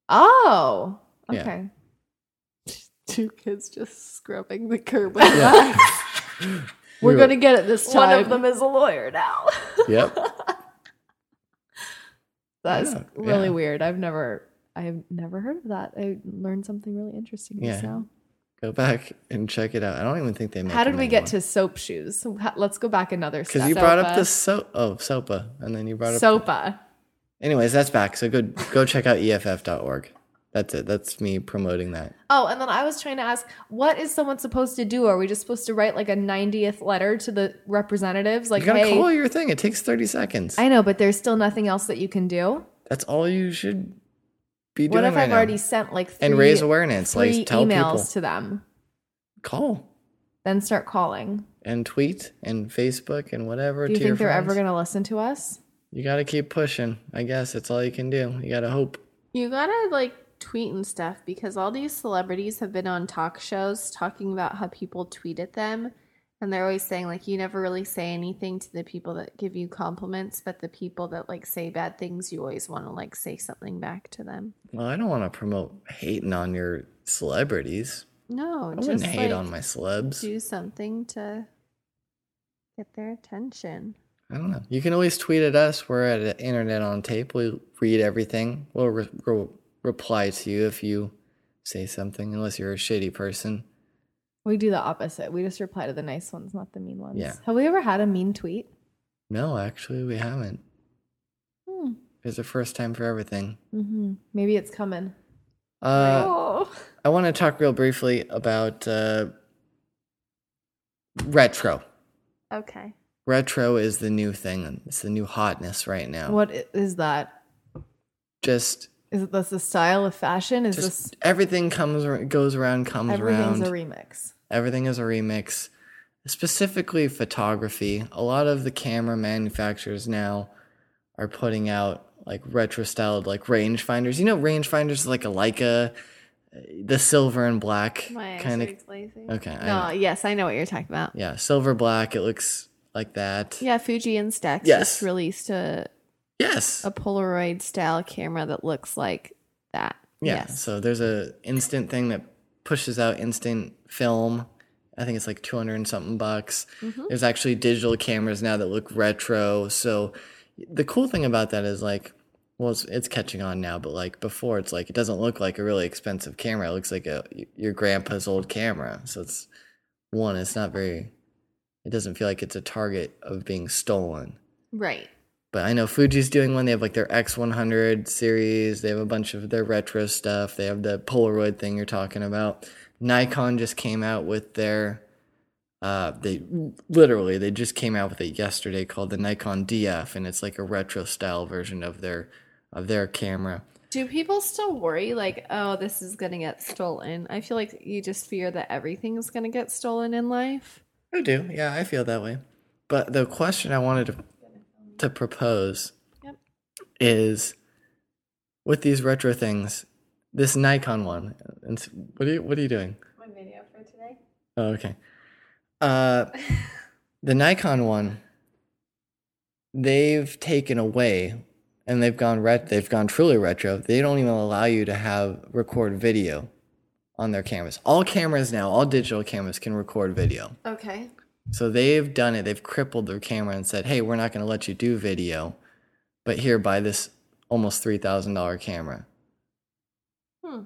Oh, Yeah. okay. Two kids just scrubbing the curb. We're Yeah. [LAUGHS] We were- gonna get it this One time. of them is a lawyer now. [LAUGHS] Yep. That's Yeah, really yeah. weird. I've never, I have never heard of that. I learned something really interesting just Yeah. now. Go back and check it out. I don't even think they made How did we get to soap shoes? So ha- Let's go back another step. because you brought up Sopa. the so oh SOPA and then you brought up SOPA. Anyways, that's back. So go go check out E EFF.org. That's it. That's me promoting that. Oh, and then I was trying to ask, what is someone supposed to do? Are we just supposed to write like a 90th letter to the representatives? Like, You gotta hey, call your thing. It takes thirty seconds. I know, but there's still nothing else that you can do. that's all you should be doing What if right I've now? already sent like three, and raise awareness. three Like tell emails people, to them? call Then start calling. and tweet and Facebook and whatever. Do you to think your they're friends. ever going to listen to us? You got to keep pushing. I guess that's all you can do. You got to hope. You gotta like tweet and stuff because all these celebrities have been on talk shows talking about how people tweet at them. And they're always saying, like, you never really say anything to the people that give you compliments, but the people that like say bad things, you always want to like say something back to them. Well, I don't want to promote hating on your celebrities. No, I wouldn't just hate like, on my celebs. do something to get their attention. I don't know. You can always tweet at us. We're at Internet on Tape. We read everything. We'll, re- we'll reply to you if you say something, unless you're a shitty person. We do the opposite. We just reply to the nice ones, not the mean ones. Yeah. Have we ever had a mean tweet? No, actually, we haven't. Hmm. It's the first time for everything. Mm-hmm. Maybe it's coming. Uh, oh. I want to talk real briefly about uh, retro. Okay. Retro is the new thing. It's the new hotness right now. What i- is that? Just, Is it that's the style of fashion? Is just everything comes ar- goes around, comes this everything's around. a remix? Everything is a remix, specifically photography. A lot of the camera manufacturers now are putting out like retro styled like rangefinders. You know, rangefinders like a Leica, uh, the silver and black My kind of. lazy. Okay, I No, know. Uh, yes, I know what you're talking about. yeah, silver black. It looks like that. Yeah, Fuji and Stax Yes. just released a Yes. a Polaroid style camera that looks like that. Yeah. Yes. So there's a instant thing that pushes out instant film. I think it's like 200 and something bucks. There's actually digital cameras now that look retro. So the cool thing about that is like, well, it's, it's catching on now, but like before, it's like it doesn't look like a really expensive camera. It looks like a your grandpa's old camera. So it's one, it's not very. It doesn't feel like it's a target of being stolen Right. but I know Fuji's doing one. They have like their X100 series. They have a bunch of their retro stuff. They have the Polaroid thing you're talking about. Nikon just came out with their uh they literally they just came out with it yesterday called the Nikon DF and it's like a retro style version of their of their camera. Do people still worry like, oh, this is gonna get stolen? I feel like you just fear that everything is gonna get stolen in life. I do. Yeah, I feel that way. But the question I wanted to to propose Yep. is with these retro things, this Nikon one. And s- what are you what are you doing? My video for today. Oh, okay. [LAUGHS] Uh the Nikon one they've taken away and they've gone ret- they've gone truly retro. They don't even allow you to have record video on their cameras. All cameras now, all digital cameras can record video. Okay. So they've done it. They've crippled their camera and said, "Hey, we're not going to let you do video, but here buy this almost three thousand dollar camera." Hmm.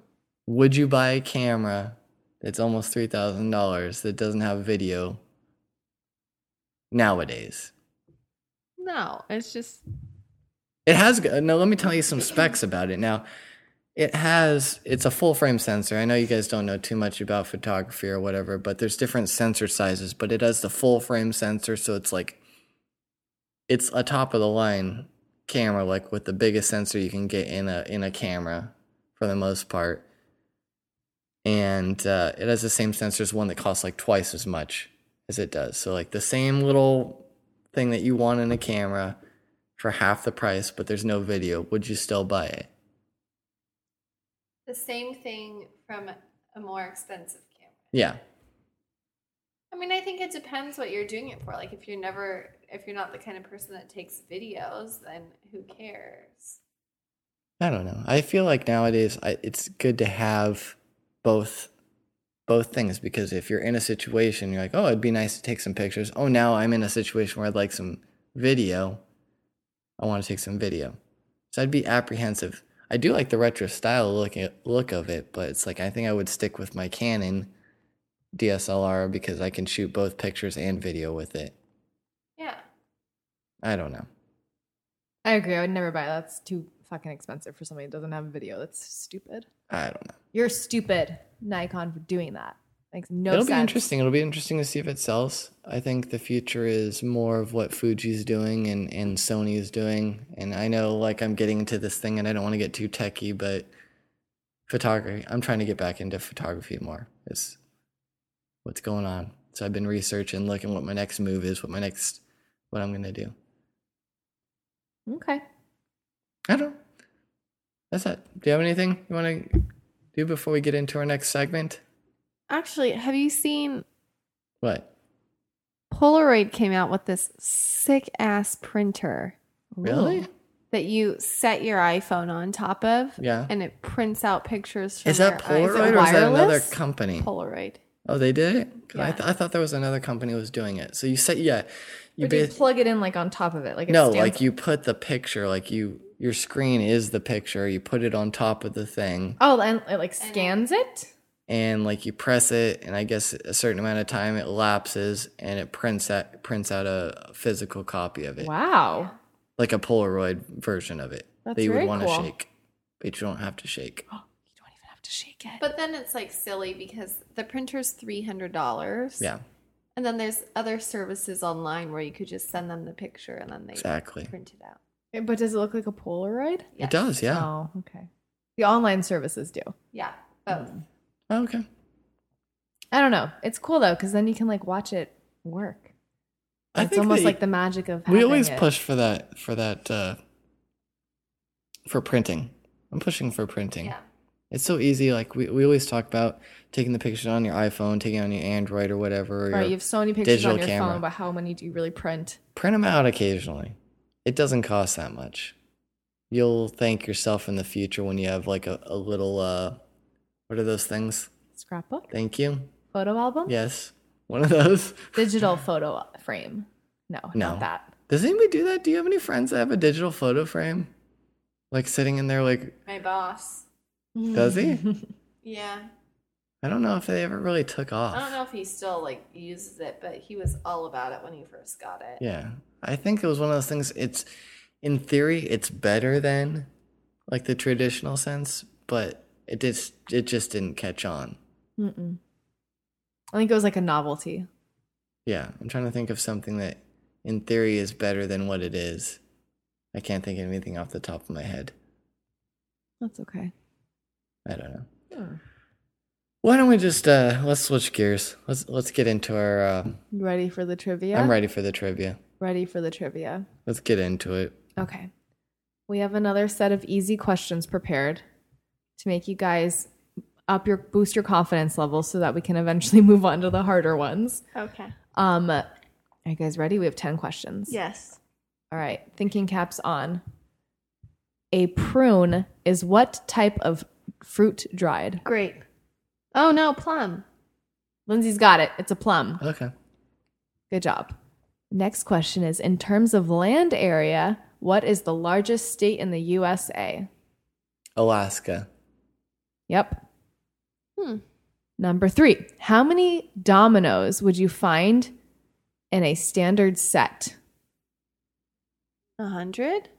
Would you buy a camera that's almost three thousand dollars that doesn't have video nowadays? No, it's just It has. Now let me tell you some specs about it. Now, it has. It's a full frame sensor. I know you guys don't know too much about photography or whatever, but there's different sensor sizes. But it has the full frame sensor, so it's like, it's a top of the line camera, like with the biggest sensor you can get in a in a camera, for the most part. And uh, it has the same sensor as one that costs like twice as much as it does. So like the same little thing that you want in a camera for half the price, but there's no video, would you still buy it? the same thing from a more expensive camera. Yeah. I mean, I think it depends what you're doing it for. Like, if you're never, if you're not the kind of person that takes videos, then who cares? I don't know. I feel like nowadays I, it's good to have both both things because if you're in a situation you're like, "Oh, it'd be nice to take some pictures." Oh, now I'm in a situation where I'd like some video. I want to take some video. So I'd be apprehensive. I do like the retro style look look of it, but it's like I think I would stick with my Canon DSLR because I can shoot both pictures and video with it. Yeah. I don't know. I agree. I would never buy. that. That's too fucking expensive for somebody that doesn't have a video. That's stupid. I don't know. You're stupid, Nikon, for doing that. Makes no It'll sense. be interesting. It'll be interesting to see if it sells. I think the future is more of what Fuji's doing and, and Sony is doing. And I know like I'm getting into this thing and I don't want to get too techy, but photography. I'm trying to get back into photography more. It's what's going on. So I've been researching, looking what my next move is, what my next, what I'm gonna do. Okay. I don't. know. That's it. Do you have anything you want to do before we get into our next segment? Actually, have you seen What? Polaroid came out with this sick ass printer Really? Ooh. that you set your iPhone on top of Yeah. and it prints out pictures from Is that your Polaroid iPhone. or is that another wireless? company? Polaroid. Oh, they did it. 'Cause I, Yeah. th- I thought there was another company was doing it. So you said, yeah, you Or do you ba- plug it in like on top of it? Like it no, stands like you put the picture, like you your screen is the picture. You put it on top of the thing, Oh, and it like scans it. and like you press it, and I guess a certain amount of time it lapses, and it prints out prints out a physical copy of it, Wow. like a Polaroid version of it That's that you would very want to cool. shake, but you don't have to shake. You don't even have to shake it. But then it's like silly because the printer's three hundred dollars. Yeah, And then there's other services online where you could just send them the picture and then they exactly. print it out. But, does it look like a Polaroid? Yes. It does, yeah. Oh, okay. The online services do. Yeah. Both. Oh, okay. I don't know. It's cool though, because then you can like watch it work. I it's think almost that like the magic of. we having always it. push for that for that uh for printing i'm pushing for printing Yeah. it's so easy like we, we always talk about taking the picture on your iphone taking it on your android or whatever or Right, you your, have so many pictures digital on your camera. phone, but how many do you really print? print them out occasionally it doesn't cost that much you'll thank yourself in the future when you have like a, a little uh what are those things Scrapbook, thank you photo album, yes one of those [LAUGHS] digital photo frame. No, No. not that. does anybody do that do you have any friends that have a digital photo frame like sitting in there like My boss. does he Yeah. I don't know if they ever really took off. I don't know if he still like uses it, but he was all about it when he first got it. Yeah. I think it was one of those things it's in theory it's better than like the traditional sense, but it just it just didn't catch on. Mm-mm. I think it was like a novelty. Yeah. I'm trying to think of something that in theory is better than what it is. I can't think of anything off the top of my head. That's okay. I don't know. Hmm. Why don't we just uh let's switch gears. Let's let's get into our uh You ready for the trivia? I'm ready for the trivia. Ready for the trivia. Let's get into it. Okay. We have another set of easy questions prepared to make you guys up your boost your confidence level so that we can eventually [LAUGHS] move on to the harder ones. Okay. Um are you guys ready? We have 10 questions. Yes. All right. Thinking caps on. A prune is what type of fruit dried? Grape. Oh no, plum. Lindsay's got it. It's a plum. Okay. Good job. Next question is in terms of land area, what is the largest state in the USA? Alaska. Yep. Hmm. Number three, how many dominoes would you find in a standard set? A hundred?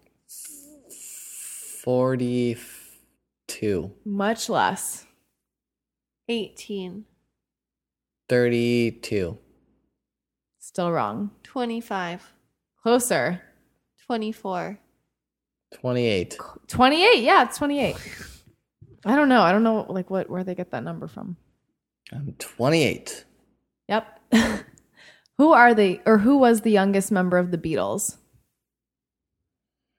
42 Much less. Eighteen. 32 Still wrong. Twenty-five. Closer. Twenty-four. 28 28. Yeah, it's 28. I don't know. I don't know like what where they get that number from. i'm 28 Yep. [LAUGHS] who are they or who was the youngest member of the Beatles?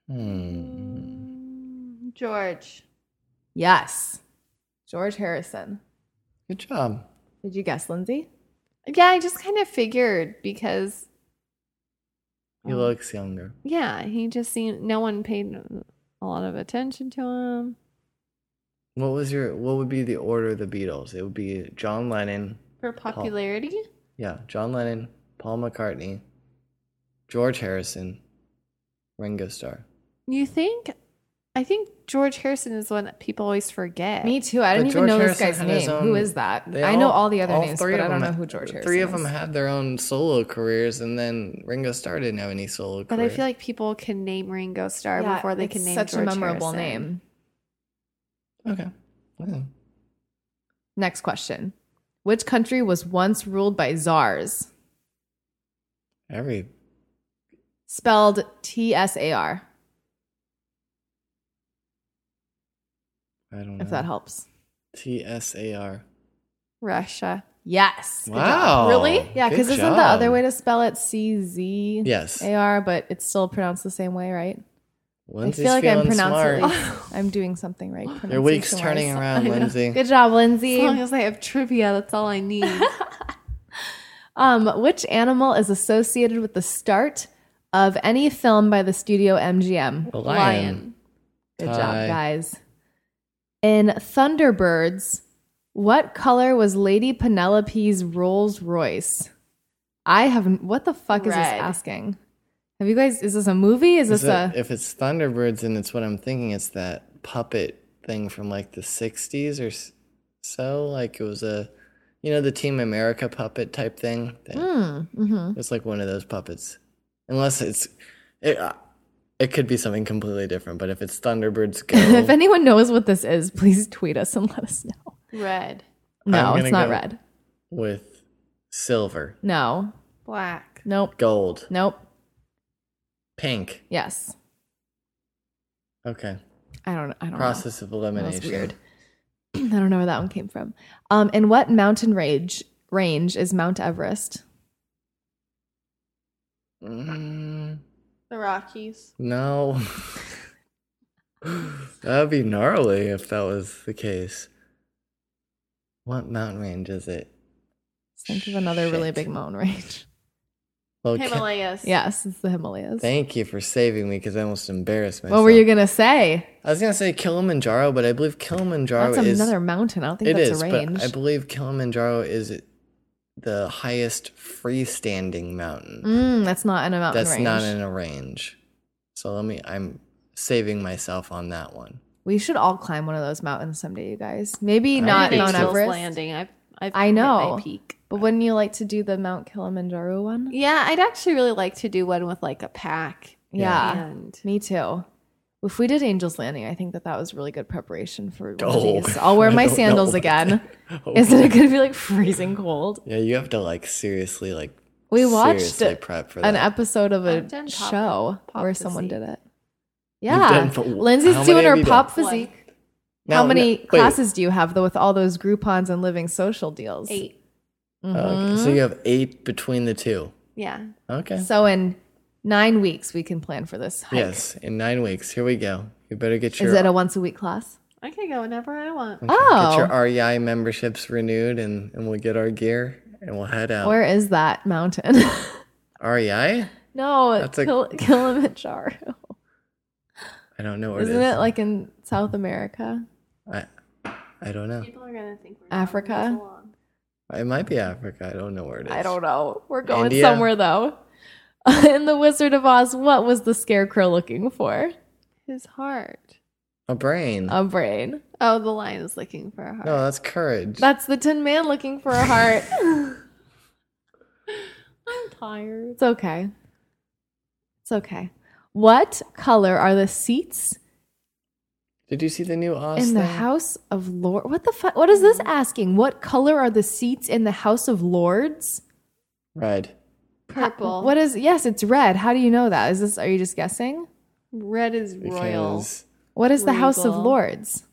hmm. George. Yes. George Harrison. good job Did you guess, Lindsay? Yeah, I just kind of figured because he looks younger yeah, he just seemed no one paid a lot of attention to him. what was your what would be the order of the beatles it would be john lennon For popularity? yeah john lennon paul mccartney george harrison ringo starr You think? I think George Harrison is the one that people always forget. Me too. I didn't But even George know Harrison this guy's had his name. own- who is that? They I know all the other names, three but of I don't them know ha- who George Harrison three of them is. had their own solo careers and then ringo starr didn't have any solo But I career. feel like people can name Ringo Starr Yeah, before they it's can name such George a memorable Harrison. name. okay yeah. Next question. Which country was once ruled by czars? every Spelled T S A R, i don't know if that helps. T S A R. Russia. Yes. Good job. Wow. Really? Yeah, Good because isn't job. the other way to spell it C Z Yes. A R, but it's still pronounced the same way, right? Lindsay's I feel like I'm feeling pronouncing. smart. [LAUGHS] I'm doing something right. Your week's pronunciation-wise. turning around, Lindsay. Good job, As long Lindsay. as I have trivia, that's all I need. Um, which animal is associated with the start of any film by the studio MGM? The Lion. Good Tie. job, guys. In Thunderbirds, what color was Lady Penelope's Rolls Royce? I have what the fuck is this Red. asking? Have you guys? Is this a movie? Is this Is a? it- if it's Thunderbirds, and it's what I'm thinking, it's that puppet thing from like the '60s or s- so. Like it was a, you know, the Team America puppet type thing. That- mm-hmm. It's like one of those puppets, unless it's, it, uh, it could be something completely different. But if it's Thunderbirds Go, [LAUGHS] If anyone knows what this is, please tweet us and [LAUGHS] let us know. Red. No, I'm it's gonna not go- red. with silver, No, Black. nope, gold, nope. pink. Yes, Okay, I don't. I don't. know. process of elimination. weird. [CLEARS THROAT] I don't know where that one came from. Um, and what mountain range range is Mount Everest? Mm, The Rockies. no, that'd be gnarly if that was the case. What mountain range is it? Think of another really Shit. big mountain range. [LAUGHS] Well, ca- Himalayas. Yes, it's the Himalayas. Thank you for saving me because I almost embarrassed myself. what were you gonna say? I was gonna say Kilimanjaro, but I believe Kilimanjaro That's is another mountain. I don't think It that's is, a range. but I believe Kilimanjaro is the highest freestanding mountain. mm, that's not in a mountain That's range. not in a range. So let me. I'm saving myself on that one. we should all climb one of those mountains someday, you guys. Maybe I not think Mount so. Everest. Landing. I've, I've I hit know. my peak. But wouldn't you like to do the Mount Kilimanjaro one? Yeah, I'd actually really like to do one with like a pack. Yeah. And Me too. If we did Angel's Landing, I think that that was really good preparation for one [LAUGHS] of Oh, these. I'll wear I my don't know sandals about again. [LAUGHS] [LAUGHS] Oh, Isn't it going to be like freezing cold? Yeah, you have to like seriously like. We watched seriously prep for an that. episode of a I've done pop- show pop where someone physique. did it. You've Yeah. done fo- Lindsay's how many doing have her you pop done? physique. No, How no, many wait. classes do you have though with all those Groupons and living social deals? Mm-hmm. eight. Oh, Okay, Uh, so you have eight between the two. Yeah. Okay. So in nine weeks we can plan for this. Hike. yes, in nine weeks. Here we go. You better get your Is it a once a week class? I can go whenever I want. Oh. [LAUGHS] get your REI memberships renewed, and and we'll get our gear and we'll head out. E Where is that mountain? [LAUGHS] REI? no, That's a- Kil- Kilimanjaro. I don't know where Isn't it is. it like in South America? I, I don't know. People are gonna think we're Africa? following this along. It might be Africa. I don't know where it is. I don't know. We're going India? somewhere though. [LAUGHS] in the Wizard of Oz, what was the scarecrow looking for? His heart. A brain. A brain. Oh, the lion is looking for a heart. no, that's courage. That's the Tin Man looking for a [LAUGHS] heart. I'm tired. It's okay. It's okay. What color are the seats Did you see the new Oz in the thing? House of Lord? What the fuck? What is Mm. this asking? What color are the seats in the House of Lords? Red. Purple. What is? Yes, it's red. How do you know that? Is this? Are you just guessing? Red is royal. Because What is the House of Regal. Lords?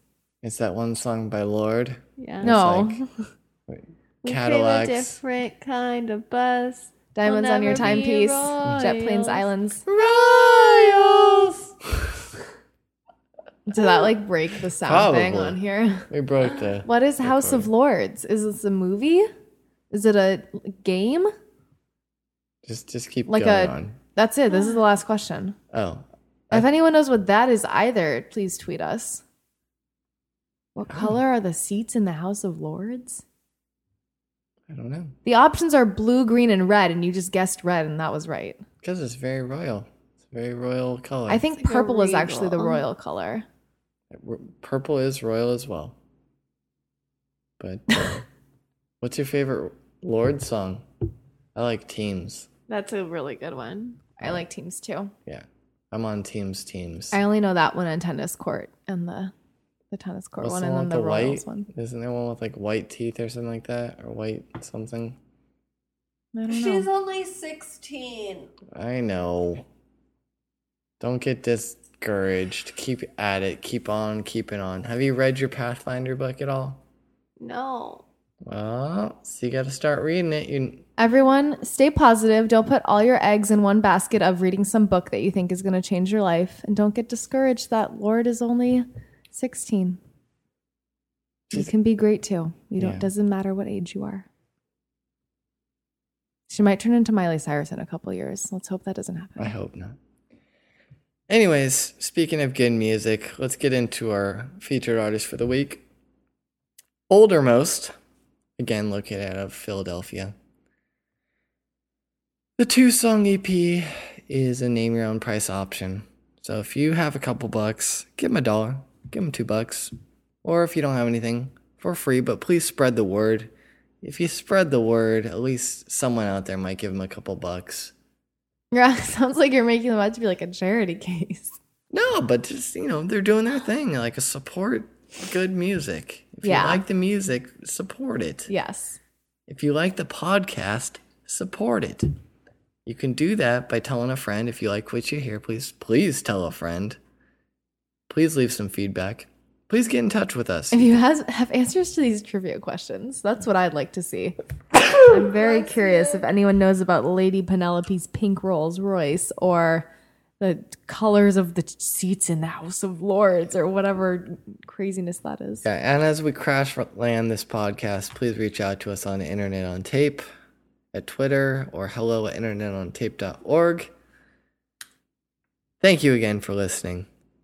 it's that one song by Lord. Yeah. It's No. [LAUGHS] like We crave a Cadillacs. different kind of bus. Diamonds on your never be timepiece. Jet planes, royals. islands. [GASPS] Royals. Did that like break the sound thing Probably. on here? We broke the. What is House of Lords? Is this a movie? Is it a game? Just, just keep Like going a- on. That's it. This is the last question. Oh, If anyone knows what that is either, please tweet us. What color are the seats in the House of Lords? I don't know. The options are blue, green, and red, and you just guessed red, and that was right. Because it's very royal. It's a very royal color. I think It's like a purple is actually the regal. royal color. R- Purple is royal as well. [LAUGHS] But uh, what's your favorite Lord song? I like Teams. That's a really good one. I like teams too. Yeah, I'm on Teams. Teams. I only know that one and tennis court and the the tennis court What's one the and one with then the, the Royals white? one. Isn't there one with like white teeth or something like that, or white something? I don't know. only sixteen. I know. Don't get discouraged. Keep at it. Keep on keeping on. Have you read your Pathfinder book at all? No. Well, so you got to start reading it. You Everyone, stay positive. Don't put all your eggs in one basket of reading some book that you think is going to change your life. And don't get discouraged that Lord is only 16. You can be great too. You don't Yeah. doesn't matter what age you are. She might turn into Miley Cyrus in a couple years. Let's hope that doesn't happen. I hope not. Anyways, speaking of good music, let's get into our featured artist for the week. Oldermost, again located out of Philadelphia. The two song EP is a name your own price option. So if you have a couple bucks, give them a dollar, give them two bucks, or if you don't have anything, for free, but please spread the word. If you spread the word, at least someone out there might give them a couple bucks. Yeah, [LAUGHS] sounds like you're making them out to be like a charity case. No, but just you know, they're doing their thing. Like support good music. If Yeah. you like the music, support it. Yes. If you like the podcast, support it. You can do that by telling a friend. If you like what you hear, please please tell a friend. Please leave some feedback. Please get in touch with us. If you has, have answers to these trivia questions, that's what I'd like to see. I'm very curious if anyone knows about Lady Penelope's pink Rolls Royce or the colors of the seats in the House of Lords or whatever craziness that is. Yeah, and as we crash land this podcast, please reach out to us on Internet on Tape at Twitter or hello at internetontape.org. Thank you again for listening,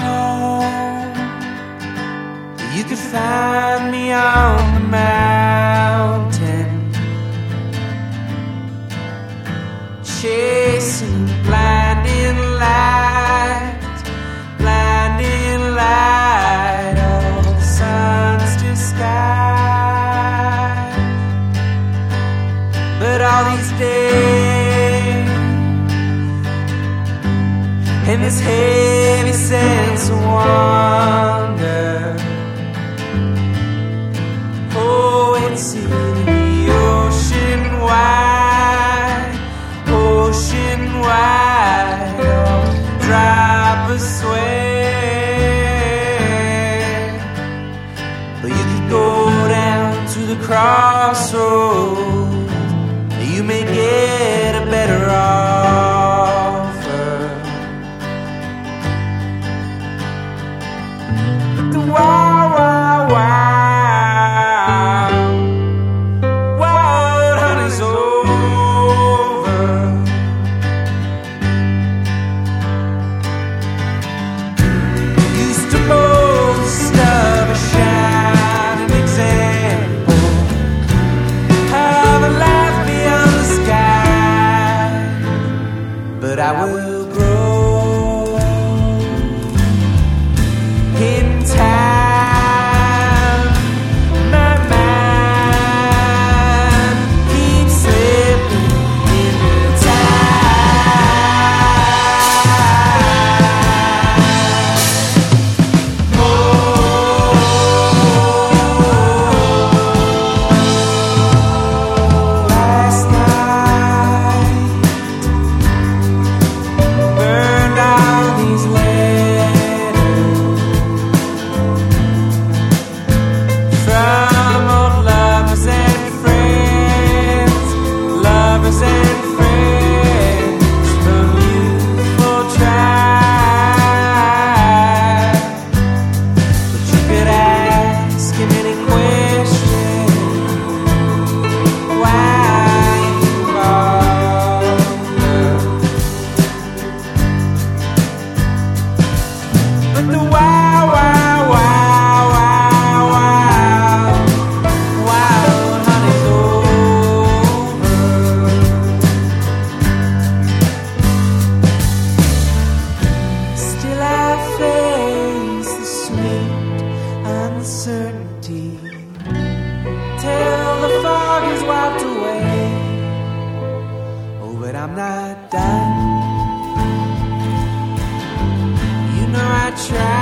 home, you could find me on the mountain, chasing blinding light, blinding light. Oh, the sun's just died, but all these days in this heavy sense of wonder. Oh, it's in the ocean wide, ocean wide, oh, drop a sweat. But you could go down to the crossroads, you may get a better offer. the wow wow wow Wild hunt is over Used to boast of a shining example Of a life beyond the sky But I will grow in time. My mind keeps slipping into time. Oh, last night Oh, I'm not done. You know I try.